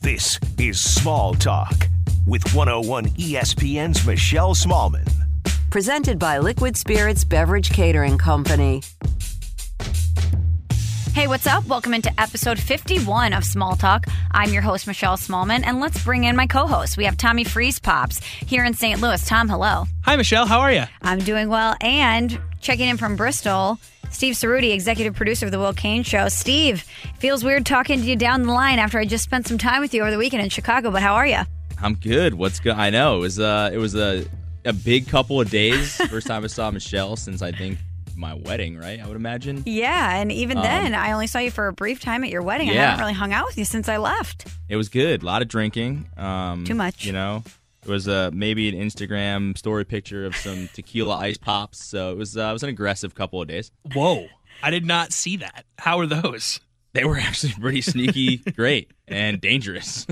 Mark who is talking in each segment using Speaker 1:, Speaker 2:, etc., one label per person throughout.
Speaker 1: This is Small Talk with 101 ESPN's Michelle Smallman.
Speaker 2: presented by Liquid Spirits Beverage Catering Company.
Speaker 3: Hey, what's up? Welcome into episode 51 of Small Talk. I'm your host, Michelle Smallman, and let's bring in my co host. We have Tommy Freeze Pops here in St. Louis. Tom, hello.
Speaker 4: Hi, Michelle. How are you?
Speaker 3: I'm doing well. And checking in from Bristol, Steve Cerruti, executive producer of The Will Kane Show. Steve, it feels weird talking to you down the line after I just spent some time with you over the weekend in Chicago, but how are you?
Speaker 5: I'm good. What's good? I know it was uh, it was a a big couple of days. First time I saw Michelle since I think my wedding, right? I would imagine.
Speaker 3: Yeah, and even then, I only saw you for a brief time at your wedding. and I
Speaker 5: yeah.
Speaker 3: haven't really hung out with you since I left.
Speaker 5: It was good. A lot of drinking. Um,
Speaker 3: Too much.
Speaker 5: You know, it was uh, maybe an Instagram story picture of some tequila ice pops. So it was uh, it was an aggressive couple of days.
Speaker 4: Whoa. I did not see that. How are those?
Speaker 5: They were actually pretty sneaky, great, and dangerous.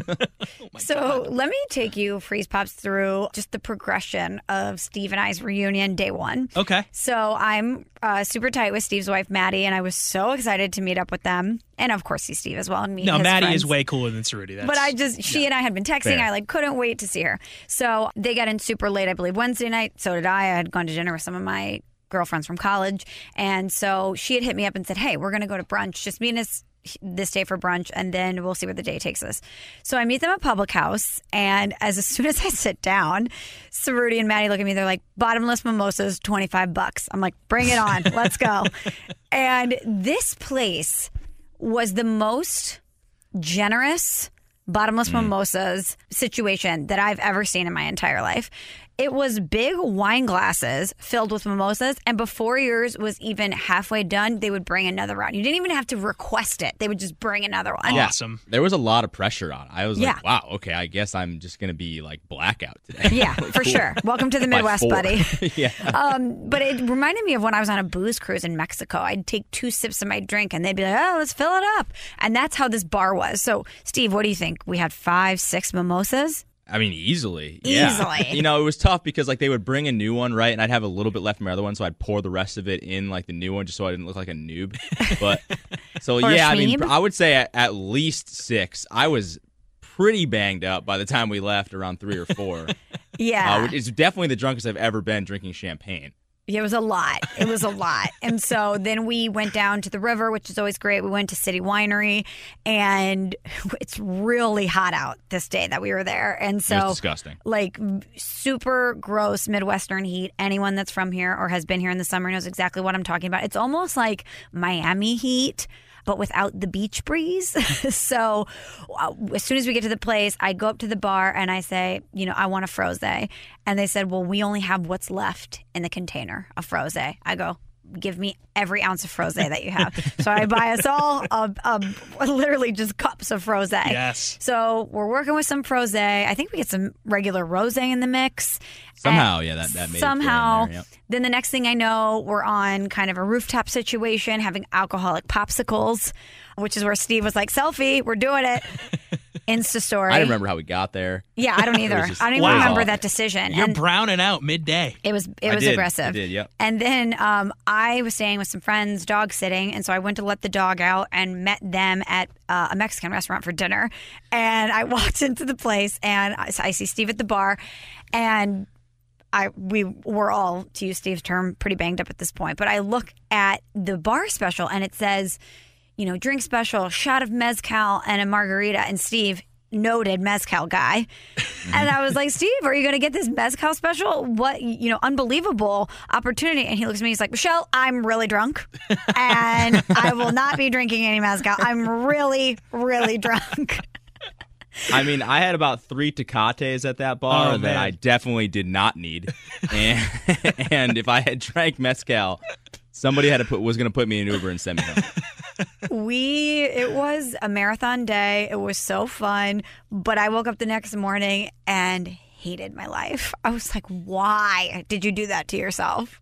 Speaker 3: So let me take you, Freeze Pops, through just the progression of Steve and I's reunion day one.
Speaker 4: Okay.
Speaker 3: So I'm uh, super tight with Steve's wife, Maddie, and I was so excited to meet up with them. And of course, see Steve as well. And meet
Speaker 4: No,
Speaker 3: his
Speaker 4: Maddie
Speaker 3: friends.
Speaker 4: is way cooler than Cerruti. That's,
Speaker 3: But I just, she and I had been texting.
Speaker 5: Fair.
Speaker 3: I like couldn't wait to see her. So they got in super late, I believe, Wednesday night. So did I. I had gone to dinner with some of my girlfriends from college. And so she had hit me up and said, Hey, we're going to go to brunch. Just meet us this day for brunch and then we'll see where the day takes us. So I meet them at Public House. And as, as soon as I sit down, Saruti and Maddie look at me. They're like, Bottomless mimosas, 25 bucks. I'm like, Bring it on. Let's go. and this place was the most generous bottomless mimosas situation that I've ever seen in my entire life. It was big wine glasses filled with mimosas, and before yours was even halfway done, they would bring another round. You didn't even have to request it; they would just bring another one.
Speaker 4: Yeah. Awesome.
Speaker 5: There was a lot of pressure on. it. I was
Speaker 3: Yeah.
Speaker 5: like, wow, okay, I guess I'm just gonna be like blackout today.
Speaker 3: Yeah, for sure. Welcome to the
Speaker 5: By
Speaker 3: Midwest,
Speaker 5: four.
Speaker 3: buddy.
Speaker 5: yeah.
Speaker 3: Um, but it reminded me of when I was on a booze cruise in Mexico. I'd take two sips of my drink and they'd be like, oh, let's fill it up. And that's how this bar was. So, Steve, what do you think? We had five, six mimosas?
Speaker 5: I mean, easily. Yeah.
Speaker 3: Easily.
Speaker 5: you know, it was tough because like they would bring a new one, right? And I'd have a little bit left from my other one, so I'd pour the rest of it in like the new one, just so I didn't look like a noob. But so
Speaker 3: Or a
Speaker 5: yeah, I mean,
Speaker 3: schmeeb?
Speaker 5: I would say at, at least six. I was pretty banged up by the time we left, around three or four.
Speaker 3: Yeah.
Speaker 5: uh, which is definitely the drunkest I've ever been drinking champagne.
Speaker 3: Yeah, it was a lot. It was a lot. And so then we went down to the river, which is always great. We went to City Winery, and it's really hot out this day that we were there. And
Speaker 5: it
Speaker 3: so
Speaker 5: was disgusting.
Speaker 3: like super gross Midwestern heat. Anyone that's from here or has been here in the summer knows exactly what I'm talking about. It's almost like Miami heat, but without the beach breeze. so uh, as soon as we get to the place, I go up to the bar and I say, you know, I want a froze. And they said, well, we only have what's left in the container of froze. I go, give me every ounce of froze that you have. so I buy us all a, a, literally just cups of froze.
Speaker 4: Yes.
Speaker 3: So we're working with some prose. I think we get some regular rose in the mix.
Speaker 5: Somehow,
Speaker 3: And
Speaker 5: yeah, that- that made its way in
Speaker 3: somehow.
Speaker 5: there, yep.
Speaker 3: Then the next thing I know, we're on kind of a rooftop situation, having alcoholic popsicles, which is where Steve was like, "Selfie, we're doing it." Insta story.
Speaker 5: I don't remember how we got there.
Speaker 3: Yeah, I don't
Speaker 5: It was
Speaker 3: either.
Speaker 5: just-
Speaker 3: I don't even
Speaker 4: Wow.
Speaker 3: remember that decision.
Speaker 4: You're
Speaker 3: And-
Speaker 4: browning out midday.
Speaker 3: it was it
Speaker 5: I
Speaker 3: was
Speaker 5: did. I
Speaker 3: aggressive.
Speaker 5: did, yep.
Speaker 3: And then um, I was staying with some friends, dog sitting, and so I went to let the dog out and met them at uh, a Mexican restaurant for dinner. And I walked into the place, and I, I see Steve at the bar, and I we were all to use Steve's term pretty banged up at this point. But I look at the bar special, and it says, you know, drink special, shot of mezcal and a margarita. And Steve. Noted mezcal guy, and I was like, Steve, are you going to get this mezcal special? What you know, unbelievable opportunity. And he looks at me, he's like, Michelle, I'm really drunk, and I will not be drinking any mezcal. I'm really, really drunk.
Speaker 5: I mean, I had about three tecates at that
Speaker 4: Oh,
Speaker 5: bar that
Speaker 4: man.
Speaker 5: I definitely did not need, and, and if I had drank mezcal, somebody had to put was going to put me in an Uber and send me home.
Speaker 3: We it was a marathon day. It was so fun, but I woke up the next morning and hated my life. I was like, why did you do that to yourself?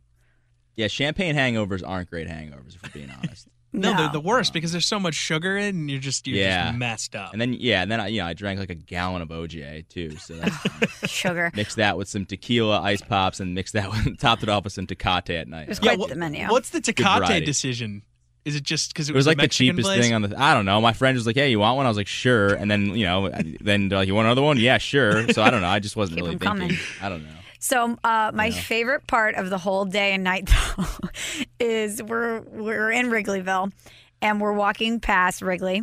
Speaker 5: Yeah, champagne hangovers aren't great hangovers, if we're being honest.
Speaker 4: No, they're the worst because there's so much sugar in and you're just you're
Speaker 5: Yeah.
Speaker 4: just messed up.
Speaker 5: And then yeah, and then I, you know I drank like a gallon of OGA too, so that's fine.
Speaker 3: sugar.
Speaker 5: mix that with some tequila ice pops and mix that with, topped it off with some tecate at night.
Speaker 3: It was
Speaker 4: Yeah,
Speaker 3: quite
Speaker 4: what-
Speaker 3: the menu.
Speaker 4: What's the
Speaker 5: variety.
Speaker 4: Tecate decision? Is it just because it,
Speaker 5: It was
Speaker 4: a
Speaker 5: like the
Speaker 4: Mexican
Speaker 5: cheapest
Speaker 4: place?
Speaker 5: thing on the. I don't know. My friend was like, "Hey, you want one?" I was like, "Sure." And then you know, then they're like, "You want another one?" Yeah, sure. So I don't know. I just wasn't
Speaker 3: Keep
Speaker 5: really
Speaker 3: 'em
Speaker 5: thinking.
Speaker 3: coming.
Speaker 5: I don't know.
Speaker 3: So uh, my favorite part of the whole day and night though is we're we're in Wrigleyville and we're walking past Wrigley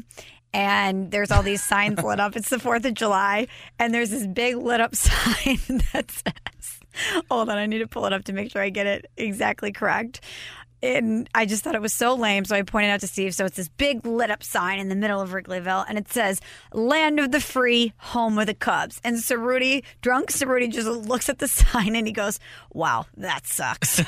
Speaker 3: and there's all these signs lit up. It's the Fourth of July and there's this big lit up sign that says Hold on, I need to pull it up to make sure I get it exactly correct. And I just thought it was so lame, so I pointed out to Steve. So it's this big lit up sign in the middle of Wrigleyville, and it says "Land of the Free, Home of the Cubs." And Cerruti, drunk Cerruti, just looks at the sign and he goes, "Wow, that sucks."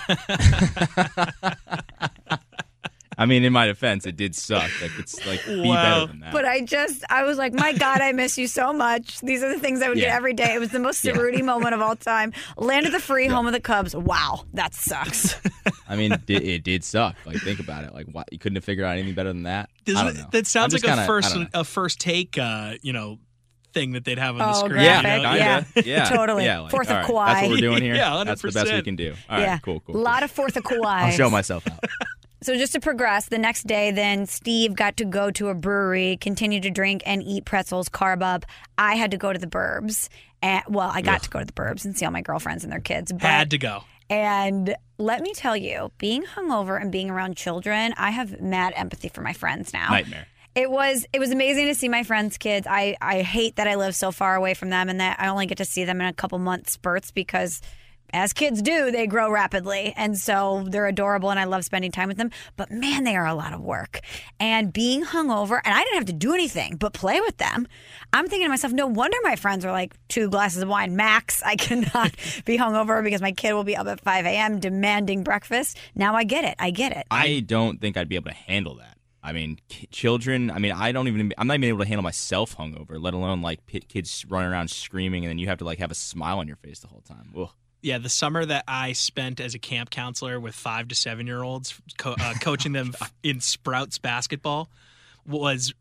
Speaker 5: I mean, in my defense, it did suck. Like it's like be
Speaker 4: Wow.
Speaker 5: better than that.
Speaker 3: but I just, I was like, "My God, I miss you so much." These are the things I would get
Speaker 5: Yeah.
Speaker 3: every day. It was the most Cerruti moment of all time. Land of the Free, Home of the Cubs. Wow, that sucks.
Speaker 5: I mean, di- it did suck. Like think about it. Like what you couldn't have figured out anything better than that. I
Speaker 4: Doesn't
Speaker 5: don't
Speaker 4: it-
Speaker 5: know.
Speaker 4: that sounds
Speaker 5: I'm just
Speaker 4: like
Speaker 5: kinda-
Speaker 4: a
Speaker 5: I
Speaker 4: first
Speaker 5: don't know.
Speaker 4: a first take uh, you know thing that they'd have on
Speaker 3: Oh,
Speaker 4: the screen.
Speaker 5: Yeah,
Speaker 3: graphic,
Speaker 4: you know?
Speaker 5: kinda.
Speaker 3: yeah.
Speaker 5: yeah,
Speaker 3: Totally.
Speaker 5: Yeah, like,
Speaker 3: Fourth of
Speaker 5: all right, That's
Speaker 3: Kauai.
Speaker 5: what we're doing here.
Speaker 4: Yeah,
Speaker 5: That's the best we
Speaker 4: 100%.
Speaker 5: can do. All right,
Speaker 3: yeah,
Speaker 5: cool,
Speaker 3: A
Speaker 5: cool. cool.
Speaker 3: lot of Fourth of Kauai.
Speaker 5: I'll show myself out.
Speaker 3: So just to progress, the next day, then Steve got to go to a brewery, continue to drink and eat pretzels, carb up. I had to go to the burbs. And, well, I got to go to the burbs and see all my girlfriends and their kids. But,
Speaker 4: Had to go.
Speaker 3: And let me tell you, being hungover and being around children, I have mad empathy for my friends now.
Speaker 5: Nightmare.
Speaker 3: It was it was amazing to see my friends' kids. I, I hate that I live so far away from them and that I only get to see them in a couple month spurts because as kids do, they grow rapidly. And so they're adorable and I love spending time with them. But man, they are a lot of work. And being hungover, and I didn't have to do anything but play with them. I'm thinking to myself, no wonder my friends are like two glasses of wine max. I cannot be hungover because my kid will be up at 5 a.m. demanding breakfast. Now I get it. I get it.
Speaker 5: I don't think I'd be able to handle that. I mean, ki- children. I mean, I don't even. I'm not even able to handle myself hungover, let alone like p- kids running around screaming, and then you have to like have a smile on your face the whole time. Ugh.
Speaker 4: Yeah, the summer that I spent as a camp counselor with five to seven year olds, co- uh, coaching them f- in Sprouts basketball, was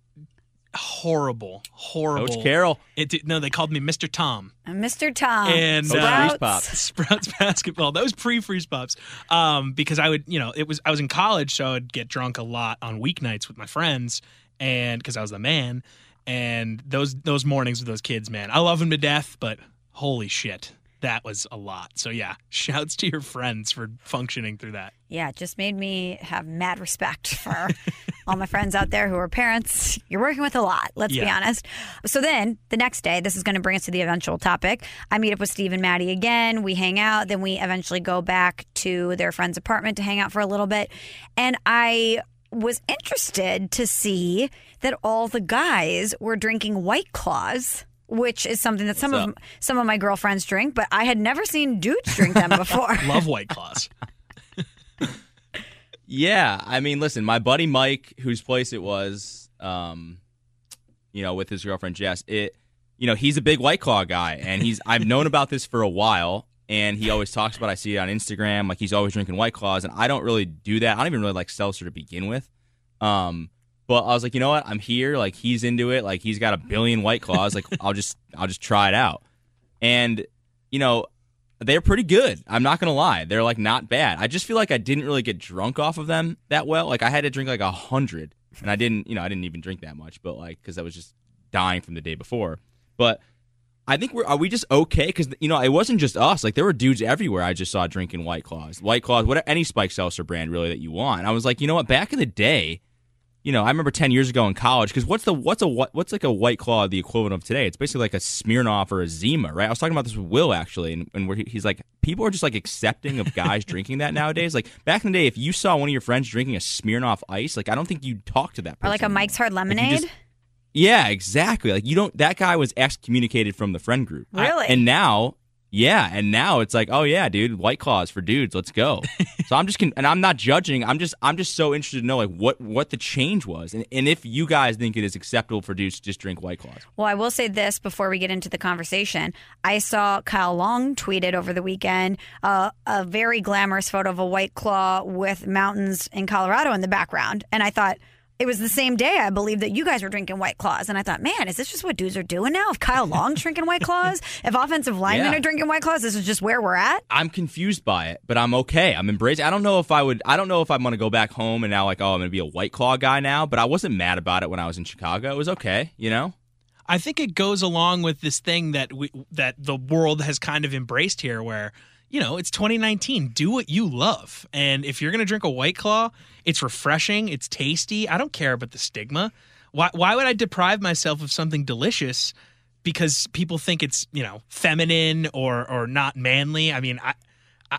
Speaker 4: horrible. Horrible.
Speaker 5: Coach Carroll.
Speaker 4: It did, no, they called me Mr. Tom.
Speaker 3: Mr. Tom.
Speaker 4: And,
Speaker 5: Coach
Speaker 4: uh,
Speaker 5: Freeze Pop.
Speaker 4: Sprouts basketball. That was pre Freeze Pops. Um, because I would, you know, it was I was in college, so I'd get drunk a lot on weeknights with my friends, and because I was the man. And those those mornings with those kids, man, I love them to death, but holy shit, that was a lot. So yeah, shouts to your friends for functioning through that.
Speaker 3: Yeah, it just made me have mad respect for all my friends out there who are parents. You're working with a lot, let's be
Speaker 4: Yeah.
Speaker 3: honest. So then the next day, this is going to bring us to the eventual topic. I meet up with Steve and Maddie again. We hang out. Then we eventually go back to their friend's apartment to hang out for a little bit. And I was interested to see that all the guys were drinking White Claws. Which is something that some of
Speaker 5: up?
Speaker 3: some of my girlfriends drink, but I had never seen dudes drink them before.
Speaker 4: Love White Claws.
Speaker 5: Yeah, I mean, listen, my buddy Mike, whose place it was, um, you know, with his girlfriend Jess, it, you know, he's a big White Claw guy, and he's I've known about this for a while, and he always talks about. I see it on Instagram, like he's always drinking White Claws, and I don't really do that. I don't even really like seltzer to begin with. Um, but I was like, you know what? I'm here. Like he's into it. Like he's got a billion White Claws. Like I'll just I'll just try it out, and you know, they're pretty good. I'm not gonna lie, they're like not bad. I just feel like I didn't really get drunk off of them that well. Like I had to drink like a hundred, and I didn't, you know, I didn't even drink that much, but like because I was just dying from the day before. But I think we're are we just okay? Because you know, it wasn't just us. Like there were dudes everywhere. I just saw drinking White Claws, White Claws, what any spike seltzer brand really that you want. I was like, you know what? Back in the day, you know, I remember ten years ago in college. Because what's the what's a what, what's like a White Claw the equivalent of today? It's basically like a Smirnoff or a Zima, right? I was talking about this with Will actually, and, and where he- he's like, people are just like accepting of guys drinking that nowadays. Like back in the day, if you saw one of your friends drinking a Smirnoff Ice, like I don't think you'd talk to that person.
Speaker 3: Or like a
Speaker 5: anymore.
Speaker 3: Mike's Hard
Speaker 5: Like, you just-
Speaker 3: Lemonade.
Speaker 5: yeah, exactly. Like you don't. That guy was excommunicated from the friend group.
Speaker 3: I- Really?
Speaker 5: and now, yeah, and now it's like, oh yeah, dude, white claws for dudes. Let's go. so I'm just, con- and I'm not judging. I'm just, I'm just so interested to know like what what the change was, and and if you guys think it is acceptable for dudes to just drink white claws.
Speaker 3: Well, I will say this before we get into the conversation. I saw Kyle Long tweeted over the weekend uh, a very glamorous photo of a white claw with mountains in Colorado in the background. And I thought, it was the same day, I believe, that you guys were drinking White Claws. And I thought, man, is this just what dudes are doing now? If Kyle Long's drinking White Claws, if offensive linemen
Speaker 5: Yeah.
Speaker 3: are drinking White Claws, this is just where we're at.
Speaker 5: I'm confused by it, but I'm okay. I'm embracing. I don't know if I would. I don't know if I'm gonna go back home and now like, oh, I'm gonna be a white claw guy now. But I wasn't mad about it when I was in Chicago. It was okay, you know.
Speaker 4: I think it goes along with this thing that we that the world has kind of embraced here, where you know it's 2019. Do what you love, and if you're gonna drink a White Claw, it's refreshing, it's tasty. I don't care about the stigma. Why why would I deprive myself of something delicious because people think it's you know feminine or or not manly? I mean, I. I-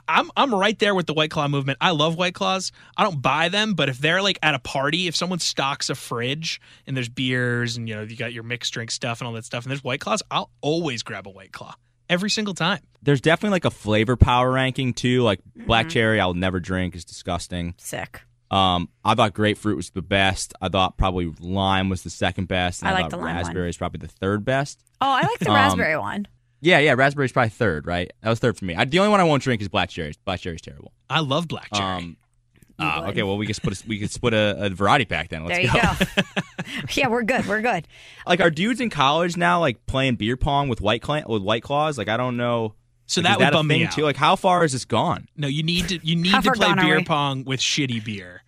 Speaker 4: I'm I'm right there with the White Claw movement. I love White Claws. I don't buy them, but if they're like at a party, if someone stocks a fridge and there's beers and you know you got your mixed drink stuff and all that stuff and there's White Claws, I'll always grab a White Claw every single time.
Speaker 5: There's definitely like a flavor power ranking too. Like
Speaker 3: Mm-hmm.
Speaker 5: black cherry, I'll never drink. It's disgusting.
Speaker 3: Sick.
Speaker 5: Um, I thought grapefruit was the best. I thought probably lime was the second best. And
Speaker 3: I
Speaker 5: I,
Speaker 3: like
Speaker 5: thought
Speaker 3: the lime one.
Speaker 5: raspberry is probably the third best.
Speaker 3: Oh, I like the
Speaker 5: Um,
Speaker 3: raspberry one.
Speaker 5: Yeah, yeah, raspberry's probably third, right? That was third for me. I, the only one I won't drink is black cherry. Black cherry's terrible.
Speaker 4: I love black cherry.
Speaker 5: Um, ah, okay, well we can split a, we could split a, a variety pack then. Let's
Speaker 3: There you
Speaker 5: go.
Speaker 3: go. yeah, we're good. We're good.
Speaker 5: Like are dudes in college now like playing beer pong with white cla- with white claws? Like I don't know.
Speaker 4: so
Speaker 5: Like,
Speaker 4: that
Speaker 5: is
Speaker 4: would
Speaker 5: that a
Speaker 4: bum me
Speaker 5: thing
Speaker 4: out.
Speaker 5: too. Like how far is this gone?
Speaker 4: no, you need to you need
Speaker 3: How
Speaker 4: to
Speaker 3: far
Speaker 4: play
Speaker 3: gone are
Speaker 4: beer
Speaker 3: we?
Speaker 4: pong with shitty beer,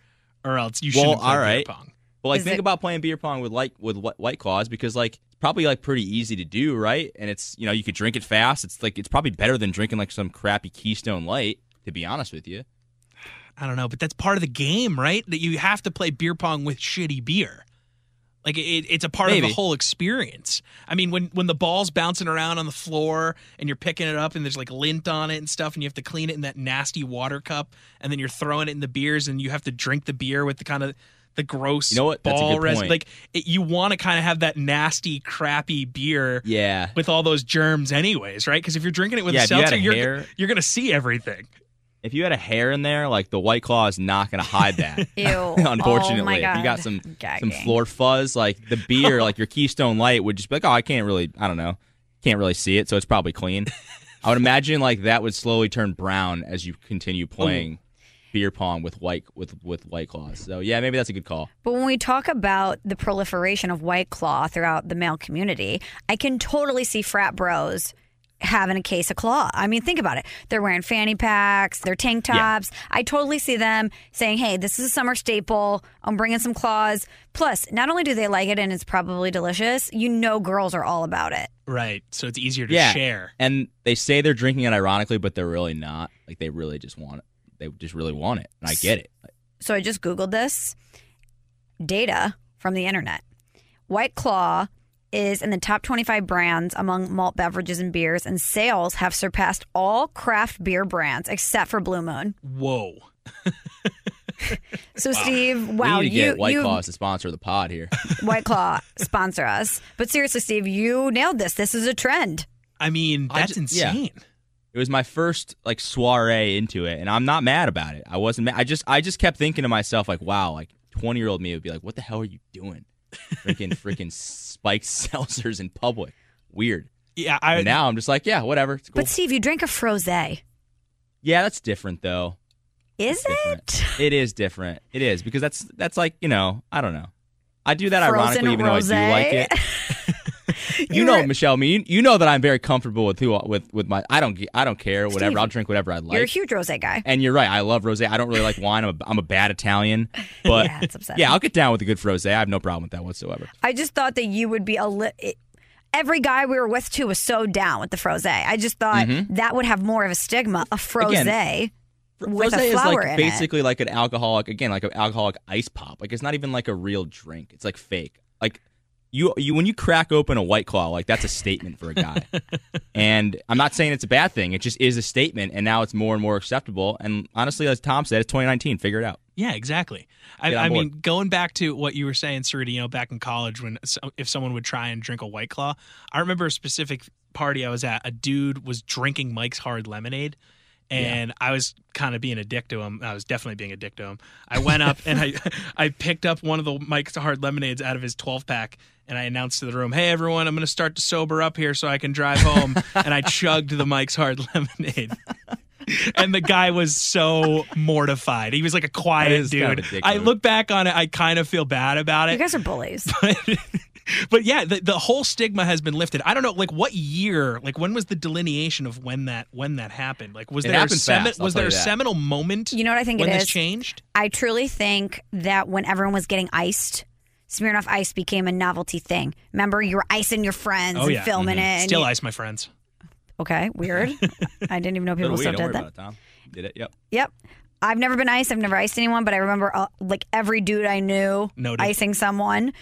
Speaker 4: or else you
Speaker 5: Well,
Speaker 4: shouldn't play
Speaker 5: all right.
Speaker 4: beer pong.
Speaker 5: But like
Speaker 3: Is
Speaker 5: think
Speaker 3: it-
Speaker 5: about playing beer pong with like with wh- white claws because like it's probably like pretty easy to do, right? And it's you know you could drink it fast. It's like it's probably better than drinking like some crappy Keystone Light. To be honest with you,
Speaker 4: I don't know, but that's part of the game, right? That you have to play beer pong with shitty beer. Like it, it's a part of
Speaker 5: Maybe.
Speaker 4: the whole experience. I mean, when when the ball's bouncing around on the floor and you're picking it up and there's like lint on it and stuff, and you have to clean it in that nasty water cup, and then you're throwing it in the beers, and you have to drink the beer with the kind of the gross
Speaker 5: You know what? That's a
Speaker 4: ball
Speaker 5: good point.
Speaker 4: Like it, you want to kind of have that nasty, crappy beer
Speaker 5: yeah.
Speaker 4: with all those germs, anyways, right? Because if you're drinking it with
Speaker 5: Yeah,
Speaker 4: a
Speaker 5: if you had
Speaker 4: seltzer,
Speaker 5: a
Speaker 4: you're
Speaker 5: hair-
Speaker 4: you're gonna see everything.
Speaker 5: If you had a hair in there, like the white claw is not going to hide that.
Speaker 3: Ew.
Speaker 5: Unfortunately,
Speaker 3: oh my
Speaker 5: if
Speaker 3: God.
Speaker 5: you got some
Speaker 3: I'm
Speaker 5: some
Speaker 3: gagging.
Speaker 5: floor fuzz, like the beer, like your Keystone Light would just be like, oh, I can't really, I don't know, can't really see it, so it's probably clean. I would imagine like that would slowly turn brown as you continue playing beer pong with white with with white claws. So yeah, maybe that's a good call.
Speaker 3: But when we talk about the proliferation of White Claw throughout the male community, I can totally see frat bros having a case of claw. I mean, think about it. They're wearing fanny packs, they're tank tops. I totally see them saying, hey, this is a summer staple. I'm bringing some claws. Plus, not only do they like it and it's probably delicious, you know, girls are all about it.
Speaker 4: Right. So it's easier to
Speaker 5: yeah,
Speaker 4: share.
Speaker 5: and they say they're drinking it ironically, but they're really not. Like they really just want it. They just really want it, and I get it.
Speaker 3: so I just Googled this data from the internet. White Claw is in the top 25 brands among malt beverages and beers, and sales have surpassed all craft beer brands except for Blue Moon.
Speaker 4: Whoa.
Speaker 3: So, Steve, wow,
Speaker 5: we need to
Speaker 3: you,
Speaker 5: get White
Speaker 3: you
Speaker 5: Claws to sponsor the pod here.
Speaker 3: White Claw sponsor us. But seriously, Steve, you nailed this. This is a trend.
Speaker 4: I mean,
Speaker 5: I
Speaker 4: that's
Speaker 5: ju- yeah.
Speaker 4: insane.
Speaker 5: It was my first like soiree into it, and I'm not mad about it. I wasn't mad. I just I just kept thinking to myself like, wow, like 20 year old me would be like, what the hell are you doing, drinking freaking spiked seltzers in public? Weird.
Speaker 4: Yeah,
Speaker 5: And
Speaker 4: I
Speaker 5: now I'm just like, yeah, whatever. It's cool.
Speaker 3: But Steve, you drank a frosé.
Speaker 5: yeah, that's different though.
Speaker 3: Is it?
Speaker 5: It is different. It is because that's that's like you know I don't know. I do that
Speaker 3: Frozen
Speaker 5: ironically, even though I do
Speaker 3: rosé?
Speaker 5: like it. You
Speaker 3: You
Speaker 5: know,
Speaker 3: were-
Speaker 5: Michelle, I mean, you, you know that I'm very comfortable with who I- with with my. I don't ge- I don't care. Whatever.
Speaker 3: Steve,
Speaker 5: I'll drink whatever I like.
Speaker 3: You're a huge rosé guy.
Speaker 5: And you're right. I love rosé. I don't really like wine. I'm a, I'm a bad Italian, but
Speaker 3: Yeah, it's upsetting.
Speaker 5: yeah, I'll get down with a good rosé. I have no problem with that whatsoever.
Speaker 3: I just thought that you would be a li- it- every guy we were with too was so down with the froze. I just thought
Speaker 4: Mm-hmm.
Speaker 3: that would have more of a stigma. A froze.
Speaker 5: Fr-
Speaker 3: With a
Speaker 5: rosé is
Speaker 3: flower in
Speaker 5: like
Speaker 3: it.
Speaker 5: basically like an alcoholic again, like an alcoholic ice pop. Like it's not even like a real drink. It's like fake. Like you you when you crack open a white claw, like that's a statement for a guy. and I'm not saying it's a bad thing. It just is a statement, and now it's more and more acceptable. And honestly, as Tom said, it's 2019. Figure it out.
Speaker 4: yeah, exactly. I,
Speaker 5: Get on
Speaker 4: I
Speaker 5: board.
Speaker 4: mean, going back to what you were saying, Sarita, you know, back in college when so- if someone would try and drink a White Claw, I remember a specific party I was at. A dude was drinking Mike's Hard Lemonade, and I was kind of being a dick to him. I was definitely being a dick to him. I went up and I I picked up one of the Mike's Hard Lemonades out of his 12 pack. And I announced to the room, "Hey everyone, I'm going to start to sober up here so I can drive home." and I chugged the Mike's Hard Lemonade. and the guy was so mortified. He was like a
Speaker 5: That
Speaker 4: quiet
Speaker 5: is
Speaker 4: dude.
Speaker 5: kind of a dick
Speaker 4: I
Speaker 5: move.
Speaker 4: look back on it, I kind of feel bad about
Speaker 3: You
Speaker 4: it.
Speaker 3: guys are bullies.
Speaker 4: but yeah, the, the whole stigma has been lifted. I don't know, like what year, like when was the delineation of when that when that happened? Like was
Speaker 5: It
Speaker 4: there a
Speaker 5: happened
Speaker 4: semin-
Speaker 5: fast, I'll
Speaker 4: was
Speaker 5: tell
Speaker 4: there a
Speaker 5: you that.
Speaker 4: seminal moment?
Speaker 3: You know what I think
Speaker 4: when
Speaker 3: it
Speaker 4: this
Speaker 3: is?
Speaker 4: changed?
Speaker 3: I truly think that when everyone was getting iced, Smirnoff Ice became a novelty thing. Remember, you were icing your friends
Speaker 4: Oh,
Speaker 3: and
Speaker 4: yeah.
Speaker 3: filming it. and
Speaker 4: Still
Speaker 3: you-
Speaker 4: ice, my friends.
Speaker 3: Okay, weird. I didn't even know people
Speaker 5: we,
Speaker 3: still
Speaker 5: don't worry
Speaker 3: did that.
Speaker 5: about it, Tom. Did it? Yep.
Speaker 3: Yep. I've never been iced. I've never iced anyone, but I remember uh, like every dude I knew
Speaker 4: Noted.
Speaker 3: icing someone.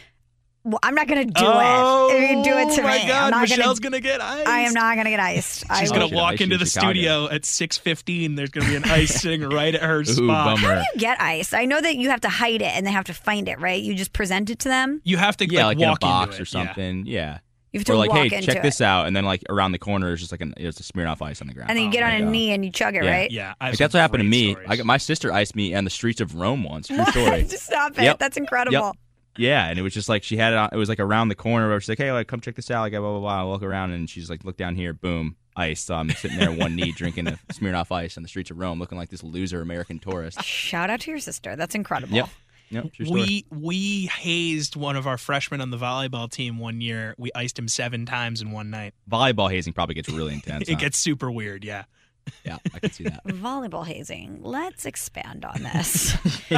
Speaker 3: Well, I'm not gonna do
Speaker 4: oh,
Speaker 3: it. If you do it to
Speaker 4: my
Speaker 3: me, I'm
Speaker 4: God,
Speaker 3: not
Speaker 4: Michelle's
Speaker 3: gonna.
Speaker 4: gonna, get iced.
Speaker 3: I am not gonna get iced.
Speaker 4: She's
Speaker 3: I
Speaker 4: gonna
Speaker 5: Oh, shit,
Speaker 4: walk
Speaker 5: ice
Speaker 4: into
Speaker 5: in
Speaker 4: the
Speaker 5: Chicago.
Speaker 4: studio at six fifteen. There's gonna be an ice sitting right at her
Speaker 5: Ooh,
Speaker 4: spot.
Speaker 5: bummer.
Speaker 3: will get iced. I know that you have to hide it and they have to find it, right? You just present it to them.
Speaker 4: You have to
Speaker 5: Yeah, like, in a
Speaker 4: walk into
Speaker 5: box
Speaker 4: it,
Speaker 5: or
Speaker 4: yeah.
Speaker 5: something. Yeah.
Speaker 3: You have to
Speaker 5: Or like,
Speaker 3: walk
Speaker 5: hey,
Speaker 3: into
Speaker 5: check
Speaker 3: it.
Speaker 5: this out, and then like around the corner is just like an it's a smear off ice on the ground.
Speaker 3: and then you get on
Speaker 5: Oh my
Speaker 3: a
Speaker 5: God.
Speaker 3: knee and you chug it,
Speaker 5: Yeah.
Speaker 3: right?
Speaker 4: Yeah, I have
Speaker 5: Like,
Speaker 4: some
Speaker 5: that's what happened to
Speaker 4: great
Speaker 5: me.
Speaker 4: stories.
Speaker 5: I got, my sister iced me on the streets of Rome once. True story.
Speaker 3: Just Stop it.
Speaker 5: Yep.
Speaker 3: That's incredible.
Speaker 5: Yeah, and it was just like she had it. On, it was like around the corner. Where she's like, "Hey, like come check this out." Like blah blah blah. I walk around and she's like, "Look down here." Boom, ice. So I'm sitting there, one knee, drinking a Smirnoff Ice on the streets of Rome, looking like this loser American tourist.
Speaker 3: Shout out to your sister. That's incredible.
Speaker 5: Yep. Yep. True story.
Speaker 4: We we hazed one of our freshmen on the volleyball team one year. We iced him seven times in one night.
Speaker 5: Volleyball hazing probably gets really intense.
Speaker 4: It
Speaker 5: huh?
Speaker 4: gets super weird. Yeah.
Speaker 5: Yeah, I can see that.
Speaker 3: Volleyball hazing. Let's expand on this.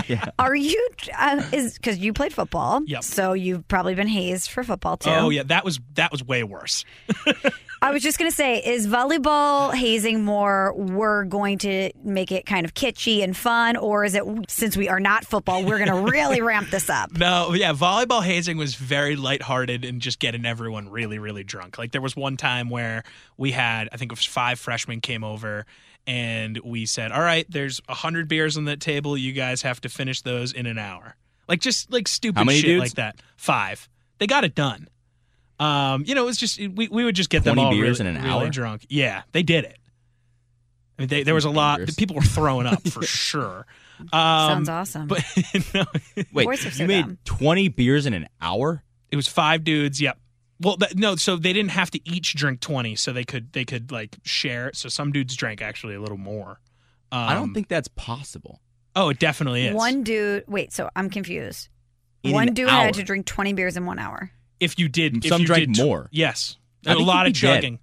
Speaker 5: yeah.
Speaker 3: Are you uh, is because you played football?
Speaker 4: Yep.
Speaker 3: So you've probably been hazed for football too.
Speaker 4: Oh yeah, that was that was way worse.
Speaker 3: I was just gonna say, is volleyball hazing more? We're going to make it kind of kitschy and fun, or is it since we are not football, we're gonna really ramp this up?
Speaker 4: No, yeah, volleyball hazing was very lighthearted and just getting everyone really, really drunk. Like there was one time where we had, I think it was five freshmen came over and we said, All right, there's a hundred beers on that table, you guys have to finish those in an hour. Like just like stupid
Speaker 5: How many
Speaker 4: shit
Speaker 5: dudes?
Speaker 4: like that. Five. They got it done. Um, you know, it was just we, we would just get them
Speaker 5: 20
Speaker 4: all
Speaker 5: beers
Speaker 4: really,
Speaker 5: in an
Speaker 4: really
Speaker 5: hour?
Speaker 4: drunk. Yeah, they did it. I mean, they, there was a lot.
Speaker 5: Dangerous.
Speaker 4: People were throwing up for sure. Um,
Speaker 3: Sounds awesome.
Speaker 4: But no,
Speaker 5: Wait,
Speaker 3: Boys are so
Speaker 5: you made
Speaker 3: dumb.
Speaker 5: 20 beers in an hour?
Speaker 4: It was five dudes. Yep. Well, th- no. So they didn't have to each drink twenty, so they could they could like share. So some dudes drank actually a little more. Um,
Speaker 5: I don't think that's possible.
Speaker 4: Oh, it definitely is.
Speaker 3: one dude. Wait, so I'm confused.
Speaker 5: In
Speaker 3: one
Speaker 5: an
Speaker 3: dude
Speaker 5: hour.
Speaker 3: had to drink 20 beers in one hour.
Speaker 4: If you did, if
Speaker 5: Some
Speaker 4: you
Speaker 5: drank
Speaker 4: did tw-
Speaker 5: more.
Speaker 4: yes,
Speaker 5: I
Speaker 4: a
Speaker 5: think
Speaker 4: lot
Speaker 5: you'd
Speaker 4: of
Speaker 5: be dead.
Speaker 4: chugging.